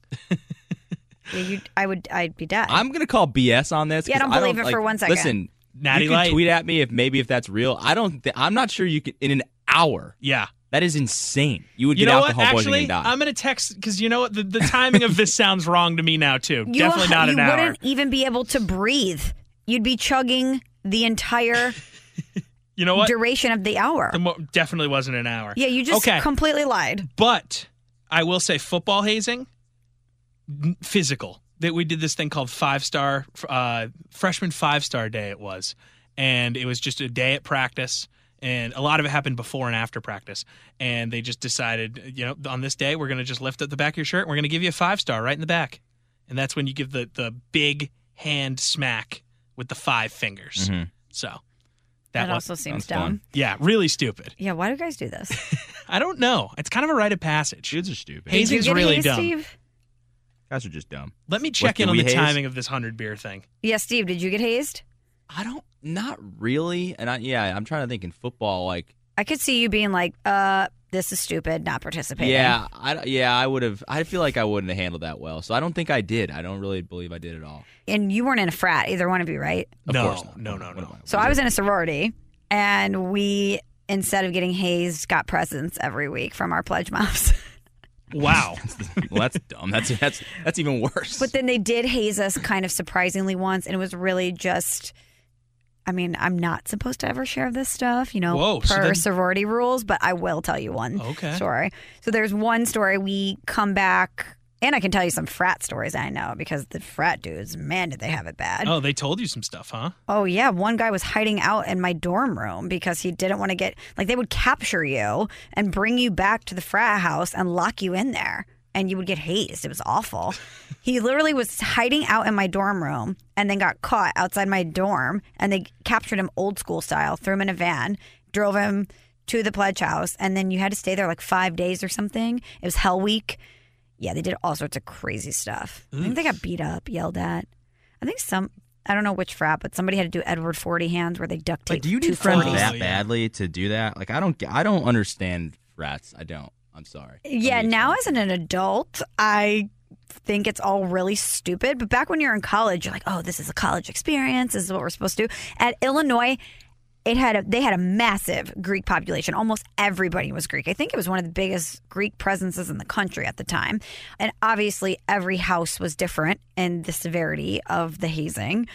Speaker 3: Yeah, you. I would. I'd be dead.
Speaker 5: I'm gonna call BS on this.
Speaker 3: Yeah, I
Speaker 5: 'cause
Speaker 3: don't believe it
Speaker 5: like-
Speaker 3: for one second.
Speaker 5: Listen,
Speaker 4: Natty
Speaker 5: you can
Speaker 4: Light.
Speaker 5: tweet at me if maybe if that's real. I don't. Th- I'm not sure you could in an hour.
Speaker 4: Yeah.
Speaker 5: That is insane. You would
Speaker 4: You
Speaker 5: get
Speaker 4: know what?
Speaker 5: alcohol poisoning
Speaker 4: Actually,
Speaker 5: and die.
Speaker 4: I'm gonna text because you know what the, the timing of this sounds wrong to me now too.
Speaker 3: You-
Speaker 4: Definitely not
Speaker 3: you
Speaker 4: an hour.
Speaker 3: wouldn't even be able to breathe. You'd be chugging the entire
Speaker 4: You know what?
Speaker 3: duration of the hour.
Speaker 4: The mo- definitely wasn't an hour.
Speaker 3: Yeah, you just
Speaker 4: okay.
Speaker 3: completely lied.
Speaker 4: But I will say football hazing, n- physical. That we did this thing called five star uh, freshman five star day. It was, and it was just a day at practice. And a lot of it happened before and after practice. And they just decided, you know, on this day, we're going to just lift up the back of your shirt. And we're going to give you a five star right in the back. And that's when you give the, the big hand smack with the five fingers.
Speaker 5: Mhm.
Speaker 4: So
Speaker 3: That,
Speaker 4: that was,
Speaker 3: also seems
Speaker 5: sounds
Speaker 3: dumb.
Speaker 5: fun.
Speaker 4: yeah, really stupid.
Speaker 3: Yeah, why do guys do this?
Speaker 4: I don't know. It's kind of a rite of passage.
Speaker 5: Dudes are stupid.
Speaker 4: Hey, Hazing's
Speaker 3: Did you get
Speaker 4: really
Speaker 3: hazed,
Speaker 4: dumb.
Speaker 3: Steve?
Speaker 5: Guys are just dumb.
Speaker 4: Let me check
Speaker 5: do
Speaker 4: in on
Speaker 5: we
Speaker 4: the
Speaker 5: haze?
Speaker 4: timing of this hundred beer thing.
Speaker 3: Yeah, Steve, did you get hazed?
Speaker 5: I don't. Not really. And I, yeah, I'm trying to think in football. Like,
Speaker 3: I could see you being like, uh, this is stupid, not participating.
Speaker 5: yeah, I, yeah, I would have. I feel like I wouldn't have handled that well. So I don't think I did. I don't really believe I did at all.
Speaker 3: And you weren't in a frat, either one of you, right?
Speaker 5: Of
Speaker 4: No,
Speaker 5: course not.
Speaker 4: no,
Speaker 5: What
Speaker 4: no,
Speaker 5: am I-
Speaker 4: no.
Speaker 5: what am
Speaker 3: So I was in a sorority, and we, instead of getting hazed, got presents every week from our pledge moms.
Speaker 4: Wow.
Speaker 5: well, that's dumb. That's that's that's even worse.
Speaker 3: But then they did haze us kind of surprisingly once, and it was really just. I mean, I'm not supposed to ever share this stuff, you know,
Speaker 4: Whoa,
Speaker 3: per
Speaker 4: so then-
Speaker 3: sorority rules, but I will tell you one
Speaker 4: Okay.
Speaker 3: story. So there's one story we come back, and I can tell you some frat stories I know because the frat dudes, man, did they have it bad.
Speaker 4: oh, they told you some stuff, huh?
Speaker 3: Oh yeah, one guy was hiding out in my dorm room because he didn't want to get like they would capture you and bring you back to the frat house and lock you in there and you would get hazed. It was awful. he literally was hiding out in my dorm room and then got caught outside my dorm and they captured him old school style, threw him in a van, drove him to the pledge house and then you had to stay there like 5 days or something. It was hell week. Yeah, they did all sorts of crazy stuff. I think they got beat up, yelled at. I think some I don't know which frat, but somebody had to do Edward Forty hands where they duct tape.
Speaker 6: Like, do you
Speaker 3: two
Speaker 6: need friends
Speaker 3: 40s.
Speaker 5: that
Speaker 4: yeah.
Speaker 5: badly to do that? Like I don't get- I don't understand rats. I don't. I'm sorry.
Speaker 3: Yeah, now as an, an adult, I think it's all really stupid. But back when you're in college, you're like, oh, this is a college experience. This is what we're supposed to do. At Illinois, it had a, they had a massive Greek population. Almost everybody was Greek. I think it was one of the biggest Greek presences in the country at the time. And obviously, every house was different in the severity of the hazing.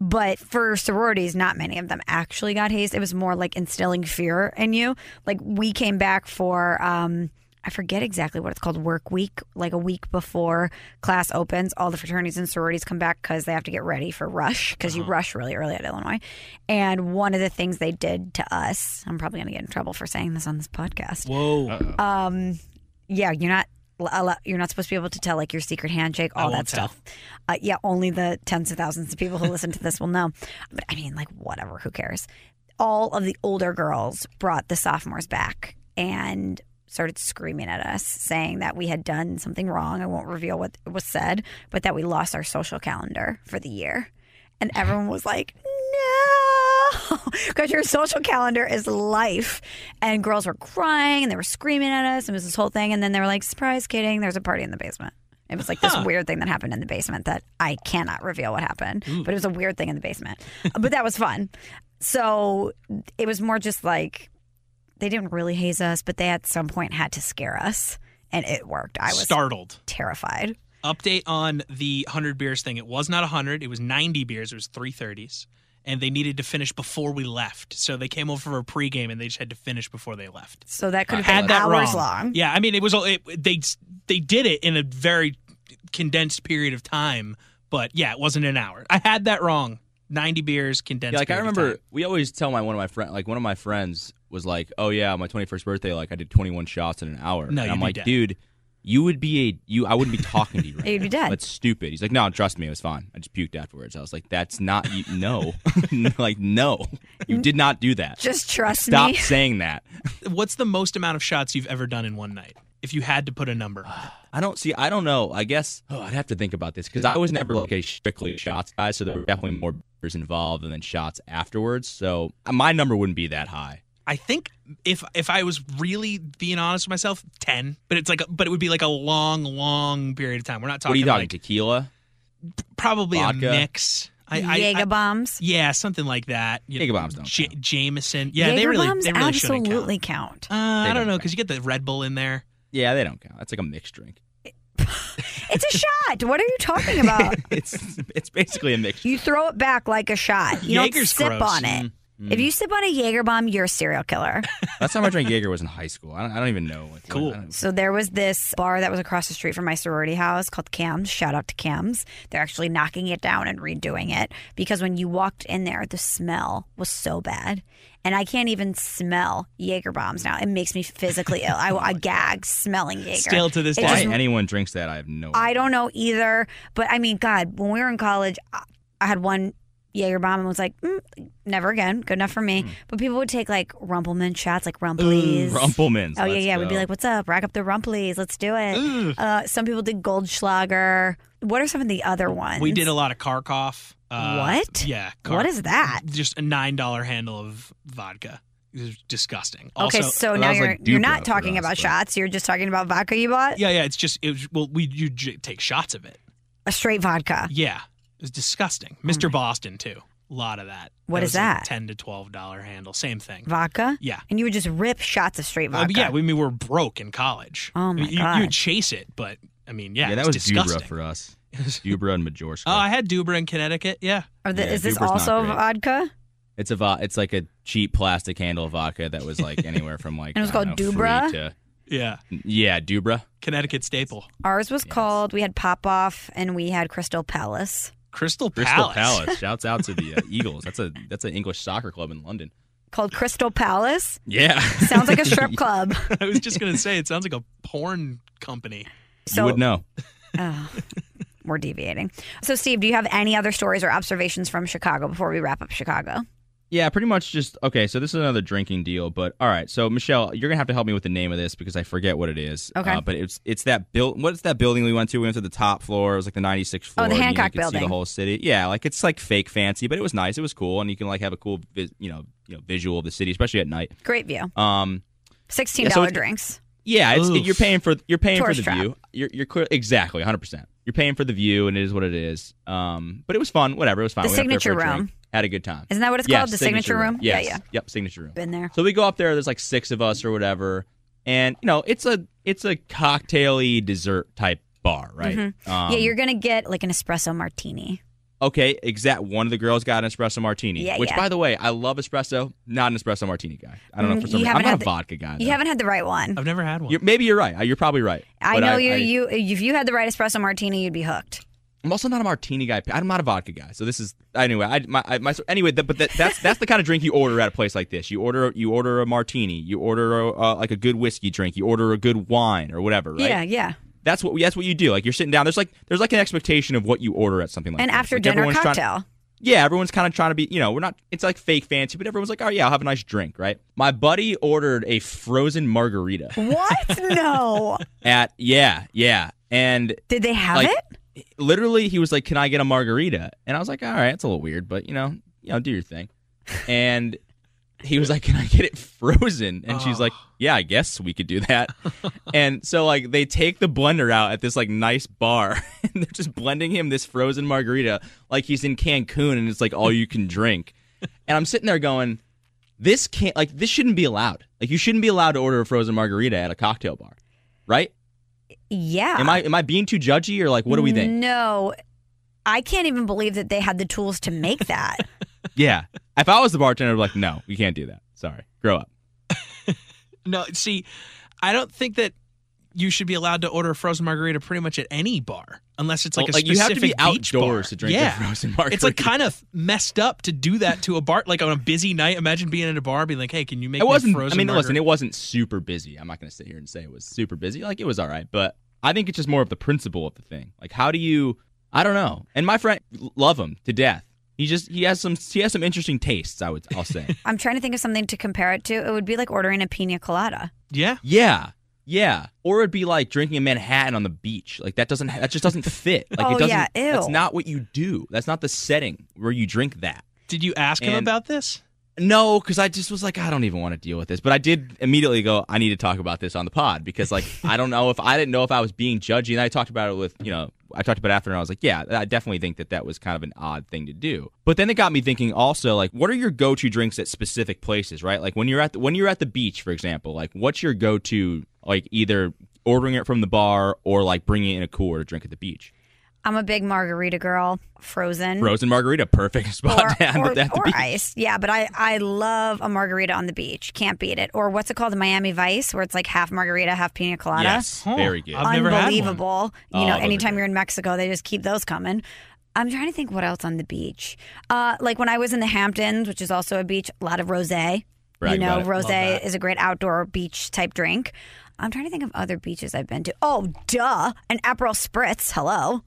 Speaker 3: But for sororities, not many of them actually got hazed. It was more like instilling fear in you. Like we came back for, um, I forget exactly what it's called, work week, like a week before class opens. All the fraternities and sororities come back because they have to get ready for rush because you rush really early at Illinois. And one of the things they did to us, I'm probably going to get in trouble for saying this on this podcast
Speaker 4: Whoa.
Speaker 3: um, yeah, you're not allo- you're not supposed to be able to tell like your secret handshake, all that
Speaker 4: won't tell.
Speaker 3: stuff. Uh, yeah, only the tens of thousands of people who listen to this will know. But I mean, like whatever, who cares? All of the older girls brought the sophomores back and started screaming at us, saying that we had done something wrong. I won't reveal what was said, but that we lost our social calendar for the year, and everyone was like. no, Because your social calendar is life. And girls were crying and they were screaming at us. And it was this whole thing. And then they were like, surprise, kidding. There's a party in the basement. It was like this weird thing that happened in the basement that I cannot reveal what happened, but it was a weird thing in the basement. but that was fun. So it was more just like they didn't really haze us, but they at some point had to scare us. And it worked. I was
Speaker 4: Startled.
Speaker 3: terrified.
Speaker 4: Update on the 100 beers thing. It was not 100, it was 90 beers. It was 330s. And they needed to finish before we left. So they came over for a pregame and they just had to finish before they left.
Speaker 3: So that could have
Speaker 4: Had
Speaker 3: been
Speaker 4: that
Speaker 3: hours
Speaker 4: wrong.
Speaker 3: long.
Speaker 4: Yeah, I mean, it was all, it, they they did it in a very condensed period of time, but yeah, it wasn't an hour. I had that wrong. 90 beers condensed.
Speaker 5: Yeah, like I
Speaker 4: period of
Speaker 5: remember
Speaker 4: time.
Speaker 5: we always tell my one of my friend like one of my friends was like, "Oh yeah, my 21st birthday like I did 21 shots in an hour."
Speaker 4: No,
Speaker 5: and
Speaker 4: you'd
Speaker 5: I'm
Speaker 4: be
Speaker 5: like,
Speaker 4: dead.
Speaker 5: "Dude, you would be a you I wouldn't be talking to you right
Speaker 3: You'd
Speaker 5: now.
Speaker 3: be dead.
Speaker 5: That's stupid." He's like, "No, trust me, it was fine. I just puked afterwards." I was like, "That's not you no. like no. You did not do that.
Speaker 3: Mm. Just trust
Speaker 5: Stop
Speaker 3: me.
Speaker 5: saying that."
Speaker 4: What's the most amount of shots you've ever done in one night? If you had to put a number on it.
Speaker 5: I don't see. I don't know. I guess oh, I'd have to think about this because I was never like a strictly shots guy, so there were definitely more beers involved and then shots afterwards. So uh, my number wouldn't be that high.
Speaker 4: I think if if I was really being honest with myself, 10, but it's like a, but it would be like a long long period of time. We're not talking
Speaker 5: what are you talking?
Speaker 4: like
Speaker 5: tequila?
Speaker 4: probably
Speaker 5: Vodka?
Speaker 4: a mix. I, I,
Speaker 3: Jager
Speaker 4: I,
Speaker 3: bombs.
Speaker 4: yeah, something like that. You
Speaker 5: Jager bombs don't
Speaker 4: J-
Speaker 5: count.
Speaker 4: Jameson. Yeah, they really
Speaker 3: bombs
Speaker 4: they really shouldn't count.
Speaker 3: absolutely count.
Speaker 4: Uh, I
Speaker 5: don't
Speaker 4: don't know
Speaker 5: count.
Speaker 4: because you get the Red Bull in there.
Speaker 5: Yeah, they don't count. That's like a mixed drink.
Speaker 3: It's a shot. What are you talking about?
Speaker 5: It's it's basically a mixed.
Speaker 3: You throw it back like a shot. You
Speaker 4: Jaeger's
Speaker 3: don't sip
Speaker 4: gross. Mm-hmm.
Speaker 3: on it. If you sip on a Jaeger bomb, you're a serial killer.
Speaker 5: Last time I drank Jaeger was in high school. I don't, I don't even know what.
Speaker 4: Cool.
Speaker 5: I don't-
Speaker 3: so there was this bar that was across the street from my sorority house called Cam's. Shout out to Cam's. They're actually knocking it down and redoing it because when you walked in there, the smell was so bad. And I can't even smell Jaeger bombs now. It makes me physically ill. I, I gag smelling Jaeger.
Speaker 4: Oh Still to this
Speaker 3: It
Speaker 4: day.
Speaker 5: Why
Speaker 3: just
Speaker 5: anyone drinks that? I have no.
Speaker 3: I
Speaker 5: idea.
Speaker 3: don't know either. But I mean, God, when we were in college, I- I had one Jaeger bomb and was like, mm, never again. Good enough for me. But people would take like Rumpelman shots, like Rumplies.
Speaker 5: Rumplemans.
Speaker 3: Oh, yeah,
Speaker 5: let's
Speaker 3: yeah. We'd be
Speaker 5: go.
Speaker 3: like, what's up? Rack up the Rumplies. Let's do it. Uh, some people did Goldschlager. What are some of the other ones?
Speaker 4: We did a lot of Karkoff. Uh,
Speaker 3: What?
Speaker 4: Yeah.
Speaker 3: What is that?
Speaker 4: Just a nine dollar handle of vodka. It was disgusting.
Speaker 3: Okay,
Speaker 4: Also-
Speaker 3: so
Speaker 5: that
Speaker 3: now
Speaker 5: was,
Speaker 3: you're
Speaker 5: like,
Speaker 3: you're
Speaker 5: Dubra
Speaker 3: not
Speaker 5: for
Speaker 3: talking
Speaker 5: us,
Speaker 3: about
Speaker 5: but-
Speaker 3: shots. You're just talking about vodka you bought.
Speaker 4: yeah, yeah. It's just it was well, we you j- take shots of it.
Speaker 3: A straight vodka.
Speaker 4: Yeah, it was disgusting. Mister Boston too. A lot of that.
Speaker 3: What
Speaker 4: What
Speaker 3: is
Speaker 4: is
Speaker 3: that?
Speaker 4: Ten to twelve dollar handle. Same thing.
Speaker 3: Vodka.
Speaker 4: Yeah.
Speaker 3: And you would just rip shots of straight
Speaker 4: Well,
Speaker 3: vodka.
Speaker 4: yeah, we, I mean, we were broke in college.
Speaker 3: Oh,
Speaker 4: I mean,
Speaker 3: my
Speaker 4: you,
Speaker 3: God.
Speaker 4: You would chase it, but I mean, yeah,
Speaker 5: yeah, that
Speaker 4: it's
Speaker 5: was
Speaker 4: disgusting.
Speaker 5: Dubra for us. Dubra and Majorska.
Speaker 4: Oh, I had Dubra in Connecticut. Yeah,
Speaker 3: Or the,
Speaker 5: Yeah,
Speaker 3: is this
Speaker 5: Dubra's not
Speaker 3: also
Speaker 5: great.
Speaker 3: vodka?
Speaker 5: It's a vo- it's like a cheap plastic handle of vodka that was like anywhere from like
Speaker 3: And it was
Speaker 5: I don't
Speaker 3: called
Speaker 5: know, free
Speaker 3: Dubra?
Speaker 5: to-
Speaker 4: yeah.
Speaker 5: yeah, Dubra.
Speaker 4: Connecticut staple.
Speaker 3: Ours was called. We had Pop Off and we had Crystal Palace
Speaker 4: Crystal Palace.
Speaker 5: Crystal Palace. Shouts out to the uh, Eagles. That's a that's an English soccer club in London.
Speaker 3: called Crystal Palace.
Speaker 5: Yeah,
Speaker 3: Sounds like a strip club.
Speaker 4: I was just gonna say it sounds like a porn company.
Speaker 5: you
Speaker 3: So
Speaker 5: would know.
Speaker 3: Oh, we're deviating. So Steve, do you have any other stories or observations from Chicago before we wrap up Chicago?
Speaker 5: Yeah, pretty much just okay. So this is another drinking deal, but all right. So Michelle, you're gonna have to help me with the name of this because I forget what it is.
Speaker 3: Okay.
Speaker 5: uh, but it's it's that built. What's that building we went to? We went to the top floor. It was like the 96th
Speaker 3: Oh,
Speaker 5: floor.
Speaker 3: the
Speaker 5: and
Speaker 3: Hancock
Speaker 5: you could See
Speaker 3: Building.
Speaker 5: the whole city. Yeah, like it's like fake fancy, but it was nice. It was cool, and you can like have a cool, vi- you know, you know, visual of the city, especially at night.
Speaker 3: Great view.
Speaker 5: Um,
Speaker 3: Sixteen
Speaker 5: Yeah, so
Speaker 3: dollar
Speaker 5: it's-
Speaker 3: drinks.
Speaker 5: yeah, it's,
Speaker 4: Oof.
Speaker 5: you're paying for you're paying
Speaker 3: Tourist
Speaker 5: for the
Speaker 3: trap.
Speaker 5: view. You're you're clear, exactly 100. percent You're paying for the view, and it is what it is. Um, but it was fun. Whatever, it was fine.
Speaker 3: The
Speaker 5: we went up there
Speaker 3: signature
Speaker 5: for a drink,
Speaker 3: room.
Speaker 5: had a good time.
Speaker 3: Isn't that what it's
Speaker 5: Yes,
Speaker 3: called? The signature, room.
Speaker 5: Yes.
Speaker 3: Yeah, yeah.
Speaker 5: Yep, signature room.
Speaker 3: Been there.
Speaker 5: So we go up there. There's like six of us or whatever, and you know it's a it's a cocktaily dessert type bar, right? Um,
Speaker 3: Mm-hmm. yeah, you're gonna get like an espresso martini.
Speaker 5: okay. Exact. One of the girls got an espresso martini.
Speaker 3: Yeah,
Speaker 5: which,
Speaker 3: yeah.
Speaker 5: by the way, I love espresso. Not an espresso martini guy. I don't know
Speaker 3: Mm,
Speaker 5: for
Speaker 3: you
Speaker 5: some reason.
Speaker 3: haven't
Speaker 5: I'm not
Speaker 3: had
Speaker 5: a
Speaker 3: the-
Speaker 5: vodka guy.
Speaker 3: You
Speaker 5: though.
Speaker 3: haven't had the right one.
Speaker 4: I've never had one.
Speaker 5: You're- maybe you're right. You're probably right.
Speaker 3: I
Speaker 5: But
Speaker 3: know you.
Speaker 5: I-
Speaker 3: you if you had the right espresso martini, you'd be hooked.
Speaker 5: I'm also not a martini guy. I'm not a vodka guy. So this is anyway. I my, I, my anyway. That, but that, that's that's the kind of drink you order at a place like this. You order you order a martini. You order a, uh, like a good whiskey drink. You order a good wine or whatever. Right.
Speaker 3: Yeah, yeah.
Speaker 5: That's what that's what you do. Like you're sitting down. There's like there's like an expectation of what you order at something like
Speaker 3: An
Speaker 5: this.
Speaker 3: after
Speaker 5: Like,
Speaker 3: dinner
Speaker 5: everyone's trying-
Speaker 3: cocktail.
Speaker 5: yeah, everyone's kind of trying to be. You know, we're not. It's like fake fancy, but everyone's like, oh yeah, I'll have a nice drink, right? My buddy ordered a frozen margarita
Speaker 3: what? No.
Speaker 5: at yeah yeah, and
Speaker 3: Did they have
Speaker 5: Like-
Speaker 3: it?
Speaker 5: literally he was like, "Can I get a margarita?" And I was like, "All right, it's a little weird, but you know, you know, do your thing." And he was like, "Can I get it frozen?" And she's like,
Speaker 3: Oh.
Speaker 5: "Yeah, I guess we could do that." and so like they take the blender out at this like nice bar, and they're just blending him this frozen margarita like he's in Cancun and it's like all you can drink. And I'm sitting there going, "This can't like this shouldn't be allowed. Like you shouldn't be allowed to order a frozen margarita at a cocktail bar, right?
Speaker 3: Yeah.
Speaker 5: Am I am I being too judgy or like what do we think?"
Speaker 3: No. I can't even believe that they had the tools to make that.
Speaker 5: Yeah. If I was the bartender, I'd be like, no, you can't do that. Sorry. Grow up.
Speaker 4: No, see, I don't think that you should be allowed to order a frozen margarita pretty much at any bar unless it's like
Speaker 5: Well,
Speaker 4: a
Speaker 5: like, you have to
Speaker 4: specific
Speaker 5: be
Speaker 4: beach
Speaker 5: outdoors
Speaker 4: bar.
Speaker 5: to drink a
Speaker 4: yeah.
Speaker 5: frozen margarita.
Speaker 4: It's like kind of messed up to do that to a bar, like on a busy night. Imagine being at a bar, being like, "Hey, can you make
Speaker 5: It
Speaker 4: me a
Speaker 5: wasn't. I
Speaker 4: frozen?"
Speaker 5: mean, listen,
Speaker 4: margarita?"
Speaker 5: it wasn't super busy. I'm not going to sit here and say it was super busy. Like it was all right, but I think it's just more of the principle of the thing. Like how do you? I don't know. And my friend, love him to death. He just he has some he has some interesting tastes. I would I'll say.
Speaker 3: I'm trying to think of something to compare it to. It would be like ordering a pina colada.
Speaker 4: yeah.
Speaker 5: yeah. Yeah, or it'd be like drinking a Manhattan on the beach. Like that doesn't that just doesn't fit. Like
Speaker 3: Oh,
Speaker 5: it doesn't.
Speaker 3: yeah, ew.
Speaker 5: That's not what you do. That's not the setting where you drink that.
Speaker 4: Did you ask him
Speaker 5: And-
Speaker 4: about this?
Speaker 5: No, because I just was like, I don't even want to deal with this. But I did immediately go, I need to talk about this on the pod because, like, I don't know if I didn't know if I was being judgy. And I talked about it with, you know, I talked about it after, and I was like, yeah, I definitely think that that was kind of an odd thing to do. But then it got me thinking also, like, what are your go-to drinks at specific places, right? Like when you're at the, when you're at the beach, for example, like what's your go-to, like either ordering it from the bar or like bringing it in a cooler to drink at the beach?
Speaker 3: I'm a big margarita girl, frozen.
Speaker 5: Frozen margarita, perfect spot
Speaker 3: Mm. or,
Speaker 5: to have
Speaker 3: or,
Speaker 5: it at the
Speaker 3: or
Speaker 5: beach.
Speaker 3: ice. Yeah, but I, I love a margarita on the beach. Can't beat it. Or what's it called? The Miami Vice, where it's like half margarita, half pina colada.
Speaker 5: Yes,
Speaker 4: Huh.
Speaker 5: very good.
Speaker 4: I've never had one.
Speaker 3: Unbelievable.
Speaker 5: Oh,
Speaker 3: You know,
Speaker 5: those are
Speaker 3: anytime
Speaker 5: good.
Speaker 3: you're in Mexico, they just keep those coming. I'm trying to think what else on the beach. Uh, like when I was in the Hamptons, which is also a beach, a lot of rosé. You
Speaker 5: Brag about
Speaker 3: know,
Speaker 5: it.
Speaker 3: rosé is a great outdoor beach type drink. I'm trying to think of other beaches I've been to. Oh, duh, an Aperol spritz. Hello.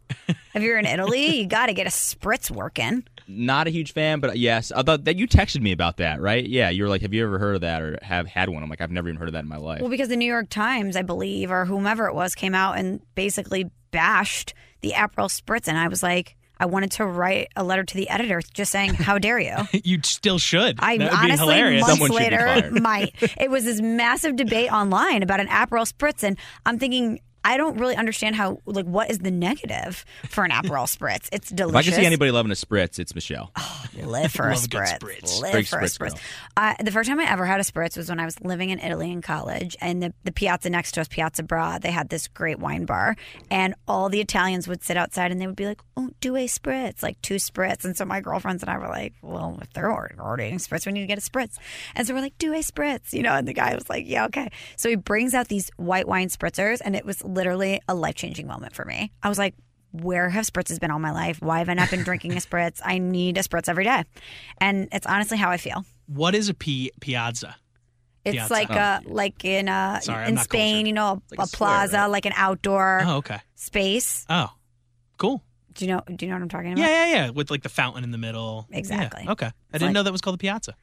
Speaker 3: if you're in Italy, you got to get a spritz working.
Speaker 5: not a huge fan, but yes, I thought that you texted me about that, right? Yeah, you were like, "Have you ever heard of that or have had one?" I'm like, "I've never even heard of that in my life."
Speaker 3: Well, because the New York Times, I believe, or whomever it was, came out and basically bashed the Aperol Spritz, and I was like, I wanted to write a letter to the editor just saying, "How dare you."
Speaker 4: You still should.
Speaker 3: I
Speaker 4: that would be
Speaker 3: honestly,
Speaker 4: hilarious.
Speaker 3: months
Speaker 5: Someone should be
Speaker 3: later,
Speaker 5: fired.
Speaker 3: might. It was this massive debate online about an Aperol spritz, and I'm thinking, I don't really understand how, like, what is the negative for an Aperol spritz? It's
Speaker 5: if I
Speaker 3: delicious.
Speaker 5: can see anybody loving a spritz, it's Michelle.
Speaker 3: Live for a
Speaker 4: Love a good
Speaker 3: spritz.
Speaker 4: spritz.
Speaker 3: Live
Speaker 5: Big
Speaker 3: for a
Speaker 5: spritz
Speaker 3: spritz.
Speaker 5: girl.
Speaker 3: Uh, the first time I ever had a spritz was when I was living in Italy in college, and the, the piazza next to us, Piazza Bra, they had this great wine bar, and all the Italians would sit outside and they would be like, "Oh, do a spritz, like two spritz." And so my girlfriends and I were like, "Well, if they're ordering, ordering spritz, we need to get a spritz." And so we're like, "Do a spritz," you know. And the guy was like, "Yeah, okay." So he brings out these white wine spritzers, and it was literally a life changing moment for me. I was like where have spritzes been all my life? Why have I not been drinking a spritz? I need a spritz every day. And it's honestly how I feel.
Speaker 4: What is a pi- piazza?
Speaker 3: It's
Speaker 4: Yeah, it's- uh,
Speaker 3: like a, like in a,
Speaker 4: Sorry, I'm
Speaker 3: in
Speaker 4: not
Speaker 3: Spain,
Speaker 4: cultured.
Speaker 3: you know, a,
Speaker 5: like a square,
Speaker 3: plaza,
Speaker 5: right?
Speaker 3: like an outdoor
Speaker 4: Oh, okay.
Speaker 3: space.
Speaker 4: Oh, cool.
Speaker 3: Do you know? Do you know what I'm talking about?
Speaker 4: Yeah, yeah, yeah. With like the fountain in the middle. Yeah,
Speaker 3: Exactly.
Speaker 4: Okay. I
Speaker 3: It's
Speaker 4: didn't
Speaker 3: like-
Speaker 4: know that was called the piazza.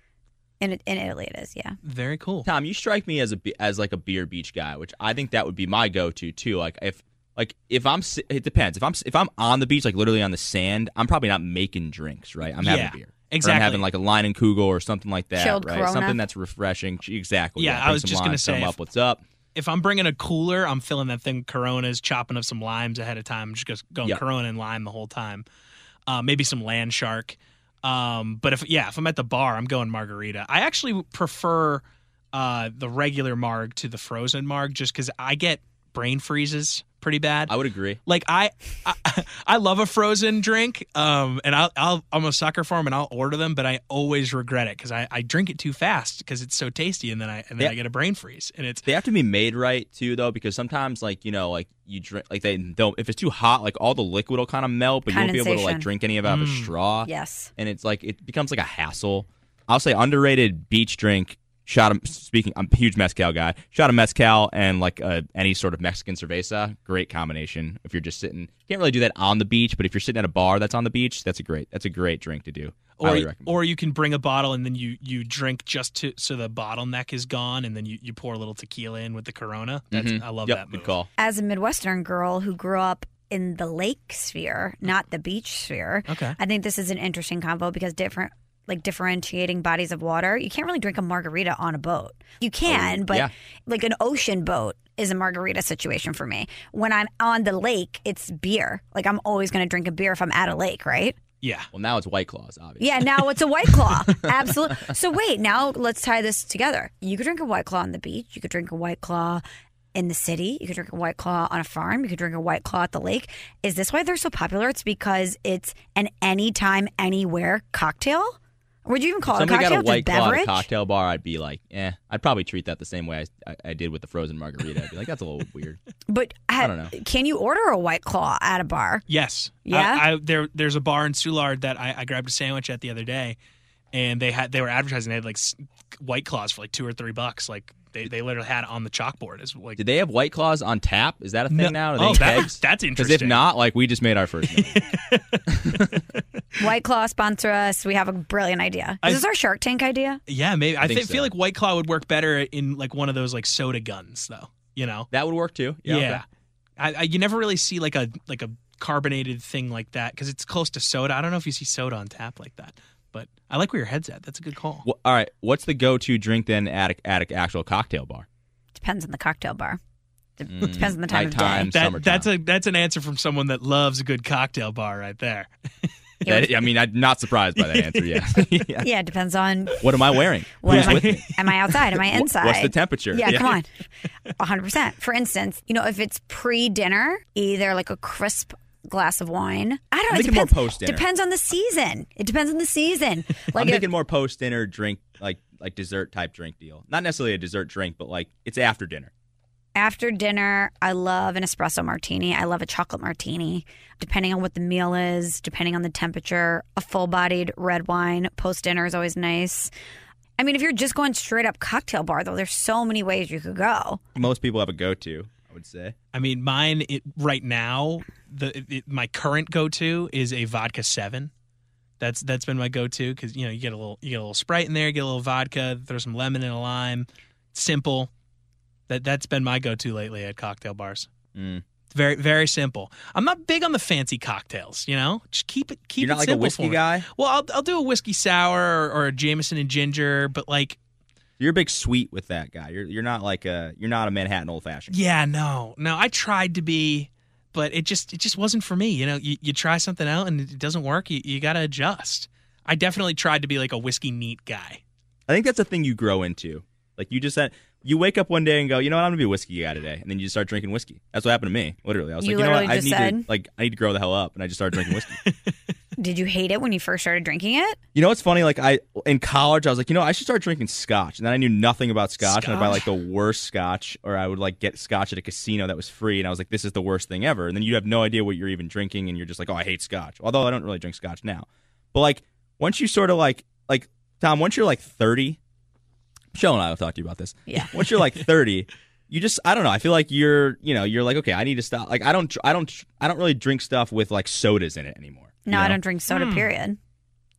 Speaker 3: In in Italy, it is. Yeah.
Speaker 4: Very cool.
Speaker 5: Tom, you strike me as a be- as like a beer beach guy, which I think that would be my go to too. Like if like if I'm si- it depends if I'm s- if I'm on the beach like literally on the sand, I'm probably not making drinks, right? I'm
Speaker 4: Yeah,
Speaker 5: having beer. Or I'm
Speaker 4: exactly.
Speaker 5: having like a line and kugel or something like that,
Speaker 3: Chilled
Speaker 5: right?
Speaker 3: Corona.
Speaker 5: Something that's refreshing. Gee, Exactly.
Speaker 4: Yeah, I
Speaker 5: bring
Speaker 4: was
Speaker 5: some
Speaker 4: just gonna
Speaker 5: lime, fill 'em
Speaker 4: say,
Speaker 5: up
Speaker 4: if-
Speaker 5: what's up.
Speaker 4: If I'm bringing a cooler, I'm filling that thing with Coronas, chopping up some limes ahead of time. I'm just gonna- going
Speaker 5: Yeah.
Speaker 4: Corona and lime the whole time. Uh, maybe some land shark. Um, but if yeah, if I'm at the bar, I'm going margarita. I actually prefer uh, the regular marg to the frozen marg, just because I get brain freezes pretty bad.
Speaker 5: I would agree.
Speaker 4: Like I, I, I love a frozen drink, um, and I'll, I'll I'm a sucker for them, and I'll order them, but I always regret it because I, I drink it too fast because it's so tasty, and then I and then
Speaker 5: Yeah.
Speaker 4: I get a brain freeze, and it's
Speaker 5: They have to be made right too, though, because sometimes like you know like you drink like they don't if it's too hot, like all the liquid will kind of melt, but you won't be able to like
Speaker 3: Condensation.
Speaker 5: drink any of it out of a
Speaker 4: Mm.
Speaker 5: straw.
Speaker 3: Yes.
Speaker 5: and it's like it becomes like a hassle. I'll say underrated beach drink. Shot of, speaking, I'm a huge mezcal guy. Shot of mezcal and like uh, any sort of Mexican cerveza, great combination. If you're just sitting, you can't really do that on the beach, but if you're sitting at a bar that's on the beach, that's a great that's a great drink to do.
Speaker 4: or
Speaker 5: Highly recommend.
Speaker 4: or you can bring a bottle and then you you drink just to so the bottleneck is gone, and then you, you pour a little tequila in with the Corona. That's, I love
Speaker 5: yep,
Speaker 4: that.
Speaker 5: Mm-hmm. good
Speaker 4: move.
Speaker 5: call.
Speaker 3: As a Midwestern girl who grew up in the lake sphere, not the beach sphere,
Speaker 4: Okay.
Speaker 3: I think this is an interesting combo because different. Like differentiating bodies of water, you can't really drink a margarita on a boat. You can,
Speaker 5: Oh,
Speaker 3: but
Speaker 5: yeah.
Speaker 3: like an ocean boat is a margarita situation for me. When I'm on the lake, it's beer. Like I'm always going to drink a beer if I'm at a lake, right?
Speaker 4: Yeah.
Speaker 5: Well, now it's White Claws, obviously.
Speaker 3: Yeah, now it's a white claw. Absolutely. So wait, now let's tie this together. You could drink a white claw on the beach. You could drink a white claw in the city. You could drink a white claw on a farm. You could drink a white claw at the lake. Is this why they're so popular? It's because it's an anytime, anywhere cocktail. Would you even call it a
Speaker 5: Somebody
Speaker 3: cocktail?
Speaker 5: got a
Speaker 3: It's
Speaker 5: White Claw at a
Speaker 3: beverage.
Speaker 5: cocktail bar, I'd be like, eh. I'd probably treat that the same way I, I, I did with the frozen margarita. I'd be like, that's a little weird.
Speaker 3: But ha-
Speaker 5: I don't know.
Speaker 3: Can you order a white claw at a bar?
Speaker 4: Yes.
Speaker 3: Yeah?
Speaker 4: I, I, there, there's a bar in Soulard that I, I grabbed a sandwich at the other day, and they had they were advertising. They had like s- white claws for like two or three bucks. Like they, they literally had it on the chalkboard. It's like
Speaker 5: Did they have White Claws on tap? Is that a thing
Speaker 4: No.
Speaker 5: now? Are they
Speaker 4: Oh,
Speaker 5: in
Speaker 4: that-
Speaker 5: kegs?
Speaker 4: that's
Speaker 5: Because if
Speaker 4: interesting.
Speaker 5: not, like we just made our first. mistake.
Speaker 3: White Claw sponsor us. We have a brilliant idea. Is
Speaker 4: I-
Speaker 3: this our Shark Tank idea?
Speaker 4: yeah, maybe I,
Speaker 5: think
Speaker 4: thi- feel
Speaker 5: so.
Speaker 4: like white claw would work better in like one of those like soda guns though. You know.
Speaker 5: That would work too. okay.
Speaker 4: I, I, you never really see like a like a carbonated thing like that because it's close to soda. I don't know if you see soda on tap like that, but I like where your head's at. That's a good call.
Speaker 5: Wh- all right. What's the go-to drink then at a, at a actual cocktail bar?
Speaker 3: Depends on the cocktail bar. De-
Speaker 5: Mm,
Speaker 3: Depends on the time
Speaker 5: nighttime.
Speaker 3: of day.
Speaker 4: That,
Speaker 5: summertime.
Speaker 4: that's a that's an answer from someone that loves a good cocktail bar right there.
Speaker 5: That- I mean, I'm not surprised by that answer. Yeah. Yeah.
Speaker 3: Yeah, it depends on
Speaker 5: What am I wearing?
Speaker 3: What
Speaker 5: Who's
Speaker 3: am,
Speaker 5: with
Speaker 3: I,
Speaker 5: me?
Speaker 3: am I outside? Am I
Speaker 5: Wh-
Speaker 3: inside?
Speaker 5: What's the temperature?
Speaker 3: Yeah, come on. 100%. For instance, you know, if it's pre dinner, either like a crisp glass of wine. I don't know.
Speaker 5: I'm
Speaker 3: It
Speaker 5: thinking more
Speaker 3: depends,
Speaker 5: post-dinner.
Speaker 3: depends on the season. It depends on the season.
Speaker 5: I'm
Speaker 3: Like, if-
Speaker 5: thinking more post dinner drink, like like dessert type drink deal. Not necessarily a dessert drink, but like it's after dinner.
Speaker 3: after dinner, I love an espresso martini. I love a chocolate martini. Depending on what the meal is, depending on the temperature, a full bodied red wine post dinner is always nice. I mean, if you're just going straight up cocktail bar, though, there's so many ways you could go.
Speaker 5: Most people have a go-to. I would say.
Speaker 4: I mean, mine it, right now, the it, it- my current go to is a vodka seven. That's that's been my go to because you know you get a little you get a little Sprite in there, get a little vodka, throw some lemon and a lime. Simple. That that's been my go to lately at cocktail bars.
Speaker 5: Mm.
Speaker 4: Very very simple. I'm not big on the fancy cocktails. You know, just keep it keep
Speaker 5: You're
Speaker 4: it
Speaker 5: not like a
Speaker 4: simple for me.
Speaker 5: whiskey guy.
Speaker 4: Well, I'll I'll do a whiskey sour or, or a Jameson and ginger, but like
Speaker 5: You're a big sweet with that guy. You're you're not like a you're not a Manhattan old fashioned.
Speaker 4: Yeah, no, no. I tried to be, but it just it just wasn't for me. You know, you, you try something out and it doesn't work. You you gotta adjust. I definitely tried to be like a whiskey neat guy.
Speaker 5: I think that's a thing you grow into. Like you just said, you wake up one day and go, you know what, I'm gonna be a whiskey guy today, and then you just start drinking whiskey. That's what happened to me. Literally, I was
Speaker 3: You
Speaker 5: like, you know what,
Speaker 3: literally
Speaker 5: I
Speaker 3: just
Speaker 5: need to
Speaker 3: said-
Speaker 5: like I need to grow the hell up, and I just started drinking whiskey.
Speaker 3: Did you hate it when you first started drinking it?
Speaker 5: you know what's funny? Like I in college, I was like, you know, I should start drinking scotch, and then I knew nothing about scotch, and I'd buy like the worst scotch, or I would like get scotch at a casino that was free, and I was like, this is the worst thing ever. And then you have no idea what you're even drinking, and you're just like, oh, I hate scotch. Although I don't really drink scotch now, but like once you sort of like like Tom, once you're like 30, Shell and I have talked to you about this.
Speaker 3: Yeah.
Speaker 5: Once you're like 30, you just I don't know. I feel like you're you know you're like okay, I need to stop. Like I don't tr- I don't tr- I don't really drink stuff with like sodas in it anymore.
Speaker 3: No,
Speaker 5: you
Speaker 3: I
Speaker 5: know?
Speaker 3: don't drink
Speaker 4: Hmm.
Speaker 3: soda. Period.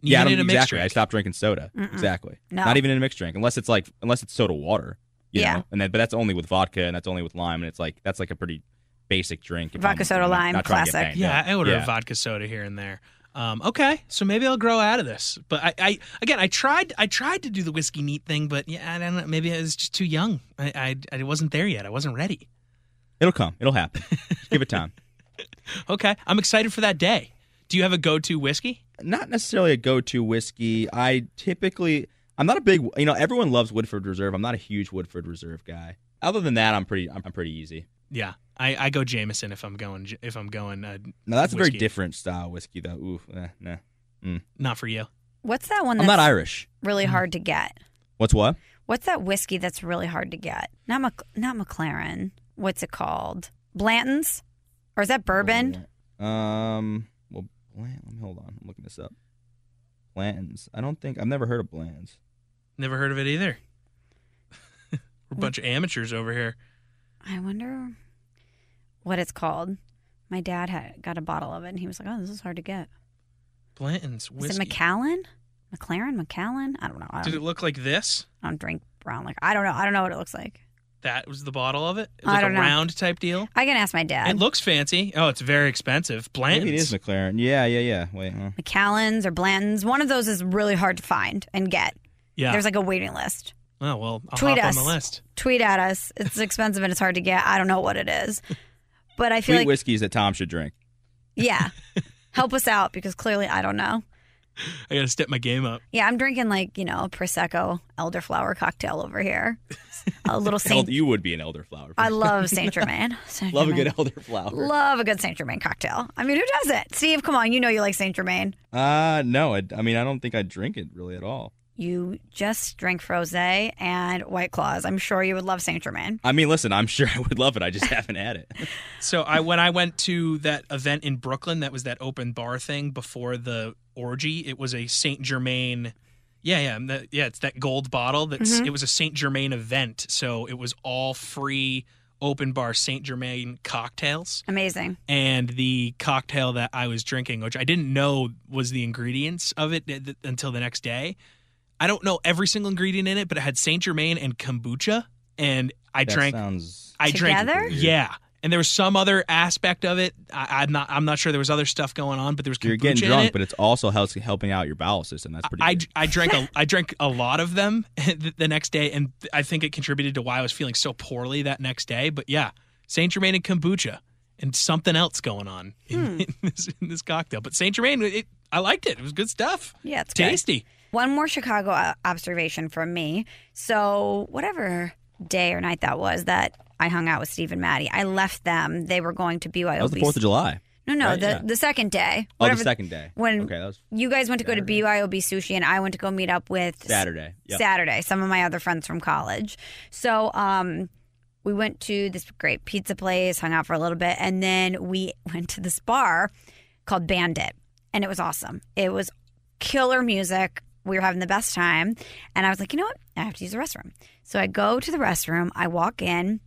Speaker 4: You
Speaker 5: yeah, I
Speaker 4: need
Speaker 5: don't,
Speaker 4: a
Speaker 5: exactly.
Speaker 4: mixed
Speaker 5: I
Speaker 4: drink.
Speaker 5: stopped drinking soda. Exactly.
Speaker 3: No.
Speaker 5: Not even in a mixed drink, unless it's like unless it's soda water. You
Speaker 3: Yeah.
Speaker 5: Know? And that, but that's only with vodka, and that's only with lime, and it's like that's like a pretty basic drink. if
Speaker 3: Vodka,
Speaker 5: I'm-
Speaker 3: soda,
Speaker 5: I'm not-
Speaker 3: lime,
Speaker 5: not trying to get
Speaker 3: classic.
Speaker 5: banged
Speaker 4: Yeah,
Speaker 5: up.
Speaker 4: I order
Speaker 5: Yeah.
Speaker 4: a vodka soda here and there. Um, okay, so maybe I'll grow out of this. But I, I again, I tried, I tried to do the whiskey neat thing, but yeah, I don't know. Maybe I was just too young. I, I, I wasn't there yet. I wasn't ready.
Speaker 5: It'll come. It'll happen. Just give it time.
Speaker 4: Okay, I'm excited for that day. Do you have a go-to whiskey?
Speaker 5: not necessarily a go-to whiskey. I typically I'm not a big you know everyone loves Woodford Reserve. I'm not a huge Woodford Reserve guy. Other than that, I'm pretty I'm, I'm pretty easy.
Speaker 4: Yeah, I, I go Jameson if I'm going J- if I'm going. Uh,
Speaker 5: Now that's a
Speaker 4: Whiskey.
Speaker 5: very different style of whiskey though. Ooh, eh, nah.
Speaker 4: not for you.
Speaker 3: What's that one?
Speaker 5: I'm
Speaker 3: That's
Speaker 5: not Irish.
Speaker 3: really
Speaker 4: Mm.
Speaker 3: hard to get.
Speaker 5: What's what?
Speaker 3: What's that whiskey that's really hard to get? Not Mac- not McLaren. What's it called? Blanton's, or is
Speaker 4: Oh,
Speaker 3: that bourbon?
Speaker 5: Um. Well, Blant. Let me hold on. I'm looking this up. Blanton's. I don't think I've never heard of Blanton's.
Speaker 4: Never heard of it either. We're a bunch of amateurs over here.
Speaker 3: I wonder what it's called. My dad had got a bottle of it, and he was like, "Oh, this is hard to get."
Speaker 4: Blanton's
Speaker 3: Is
Speaker 4: whiskey.
Speaker 3: it McAllen? McLaren? McAllen? I don't know. I
Speaker 4: Did
Speaker 3: don't,
Speaker 4: it look like this?
Speaker 3: I don't drink brown liquor. I don't know. I don't know what it looks like.
Speaker 4: That was the bottle of it. It was
Speaker 3: I
Speaker 4: like
Speaker 3: don't
Speaker 4: a
Speaker 3: know.
Speaker 4: round type deal.
Speaker 3: I can ask my dad.
Speaker 4: It looks fancy. Oh, it's very expensive. Blanton's.
Speaker 5: Maybe it is McLaren. Yeah, yeah, yeah. Wait. Huh?
Speaker 3: McAllen's or Blanton's. One of those is really hard to find and get.
Speaker 4: Yeah.
Speaker 3: There's like a waiting list.
Speaker 4: oh well, I'll
Speaker 3: Tweet
Speaker 4: hop
Speaker 3: us.
Speaker 4: on the list.
Speaker 3: Tweet at us. It's expensive and it's hard to get. I don't know what it is, but I feel
Speaker 5: Sweet
Speaker 3: like
Speaker 5: whiskeys that Tom should drink.
Speaker 3: yeah, help us out because clearly I don't know.
Speaker 4: I gotta step my game up.
Speaker 3: Yeah, I'm drinking like you know a prosecco elderflower cocktail over here. A little
Speaker 5: Hell,
Speaker 3: Saint.
Speaker 5: you would be an elderflower.
Speaker 3: I love Saint Germain. Saint
Speaker 5: love a good
Speaker 3: Germain.
Speaker 5: elderflower.
Speaker 3: Love a good Saint Germain cocktail. I mean, who doesn't? Steve, come on. You know you like Saint Germain.
Speaker 5: Uh no, I, I mean I don't think I drink it really at all.
Speaker 3: You just drink rosé and White Claws. I'm sure you would love Saint Germain.
Speaker 5: I mean, listen, I'm sure I would love it. I just haven't had it.
Speaker 4: So I when I went to that event in Brooklyn, that was that open bar thing before the orgy. It was a Saint Germain. Yeah, yeah, and that- yeah. It's that gold bottle. That's it was a Saint Germain event. So it was all free open bar Saint Germain cocktails.
Speaker 3: Amazing.
Speaker 4: and the cocktail that I was drinking, which I didn't know was the ingredients of it th- th- until the next day. I don't know every single ingredient in it, but it had Saint Germain and kombucha, and I
Speaker 5: That
Speaker 4: drank.
Speaker 5: sounds
Speaker 4: I
Speaker 3: Together?
Speaker 4: drank. Yeah, and there was some other aspect of it. I, I'm not. I'm not sure there was other stuff going on, but there was kombucha
Speaker 5: you're getting
Speaker 4: in
Speaker 5: drunk,
Speaker 4: it.
Speaker 5: but it's also hel- helping out your bowel system. That's pretty.
Speaker 4: I,
Speaker 5: good.
Speaker 4: I drank a I drank a lot of them the, the next day, and I think it contributed to why I was feeling so poorly that next day. But yeah, Saint Germain and kombucha, and something else going on in,
Speaker 3: Hmm.
Speaker 4: in, this, in this cocktail. But Saint Germain, it, I liked it. It was good stuff.
Speaker 3: Yeah, it's good.
Speaker 4: tasty.
Speaker 3: One more Chicago uh, observation from me. So, whatever day or night that was that I hung out with Steve and Maddie, I left them. They were going to BYOB.
Speaker 5: that was the Fourth of July.
Speaker 3: no, no,
Speaker 5: right?
Speaker 3: the,
Speaker 5: Yeah.
Speaker 3: the second day.
Speaker 5: Oh, the
Speaker 3: Whatever-
Speaker 5: second day.
Speaker 3: When
Speaker 5: okay, that was
Speaker 3: you guys went to go to BYOB sushi, and I went to go meet up with
Speaker 5: Saturday. Yep.
Speaker 3: Saturday, some of my other friends from college. So um, we went to this great pizza place, hung out for a little bit, and then we went to this bar called Bandit, and it was awesome. It was killer music. We were having the best time, and I was like, you know what? I have to use the restroom. So I go to the restroom. I walk in.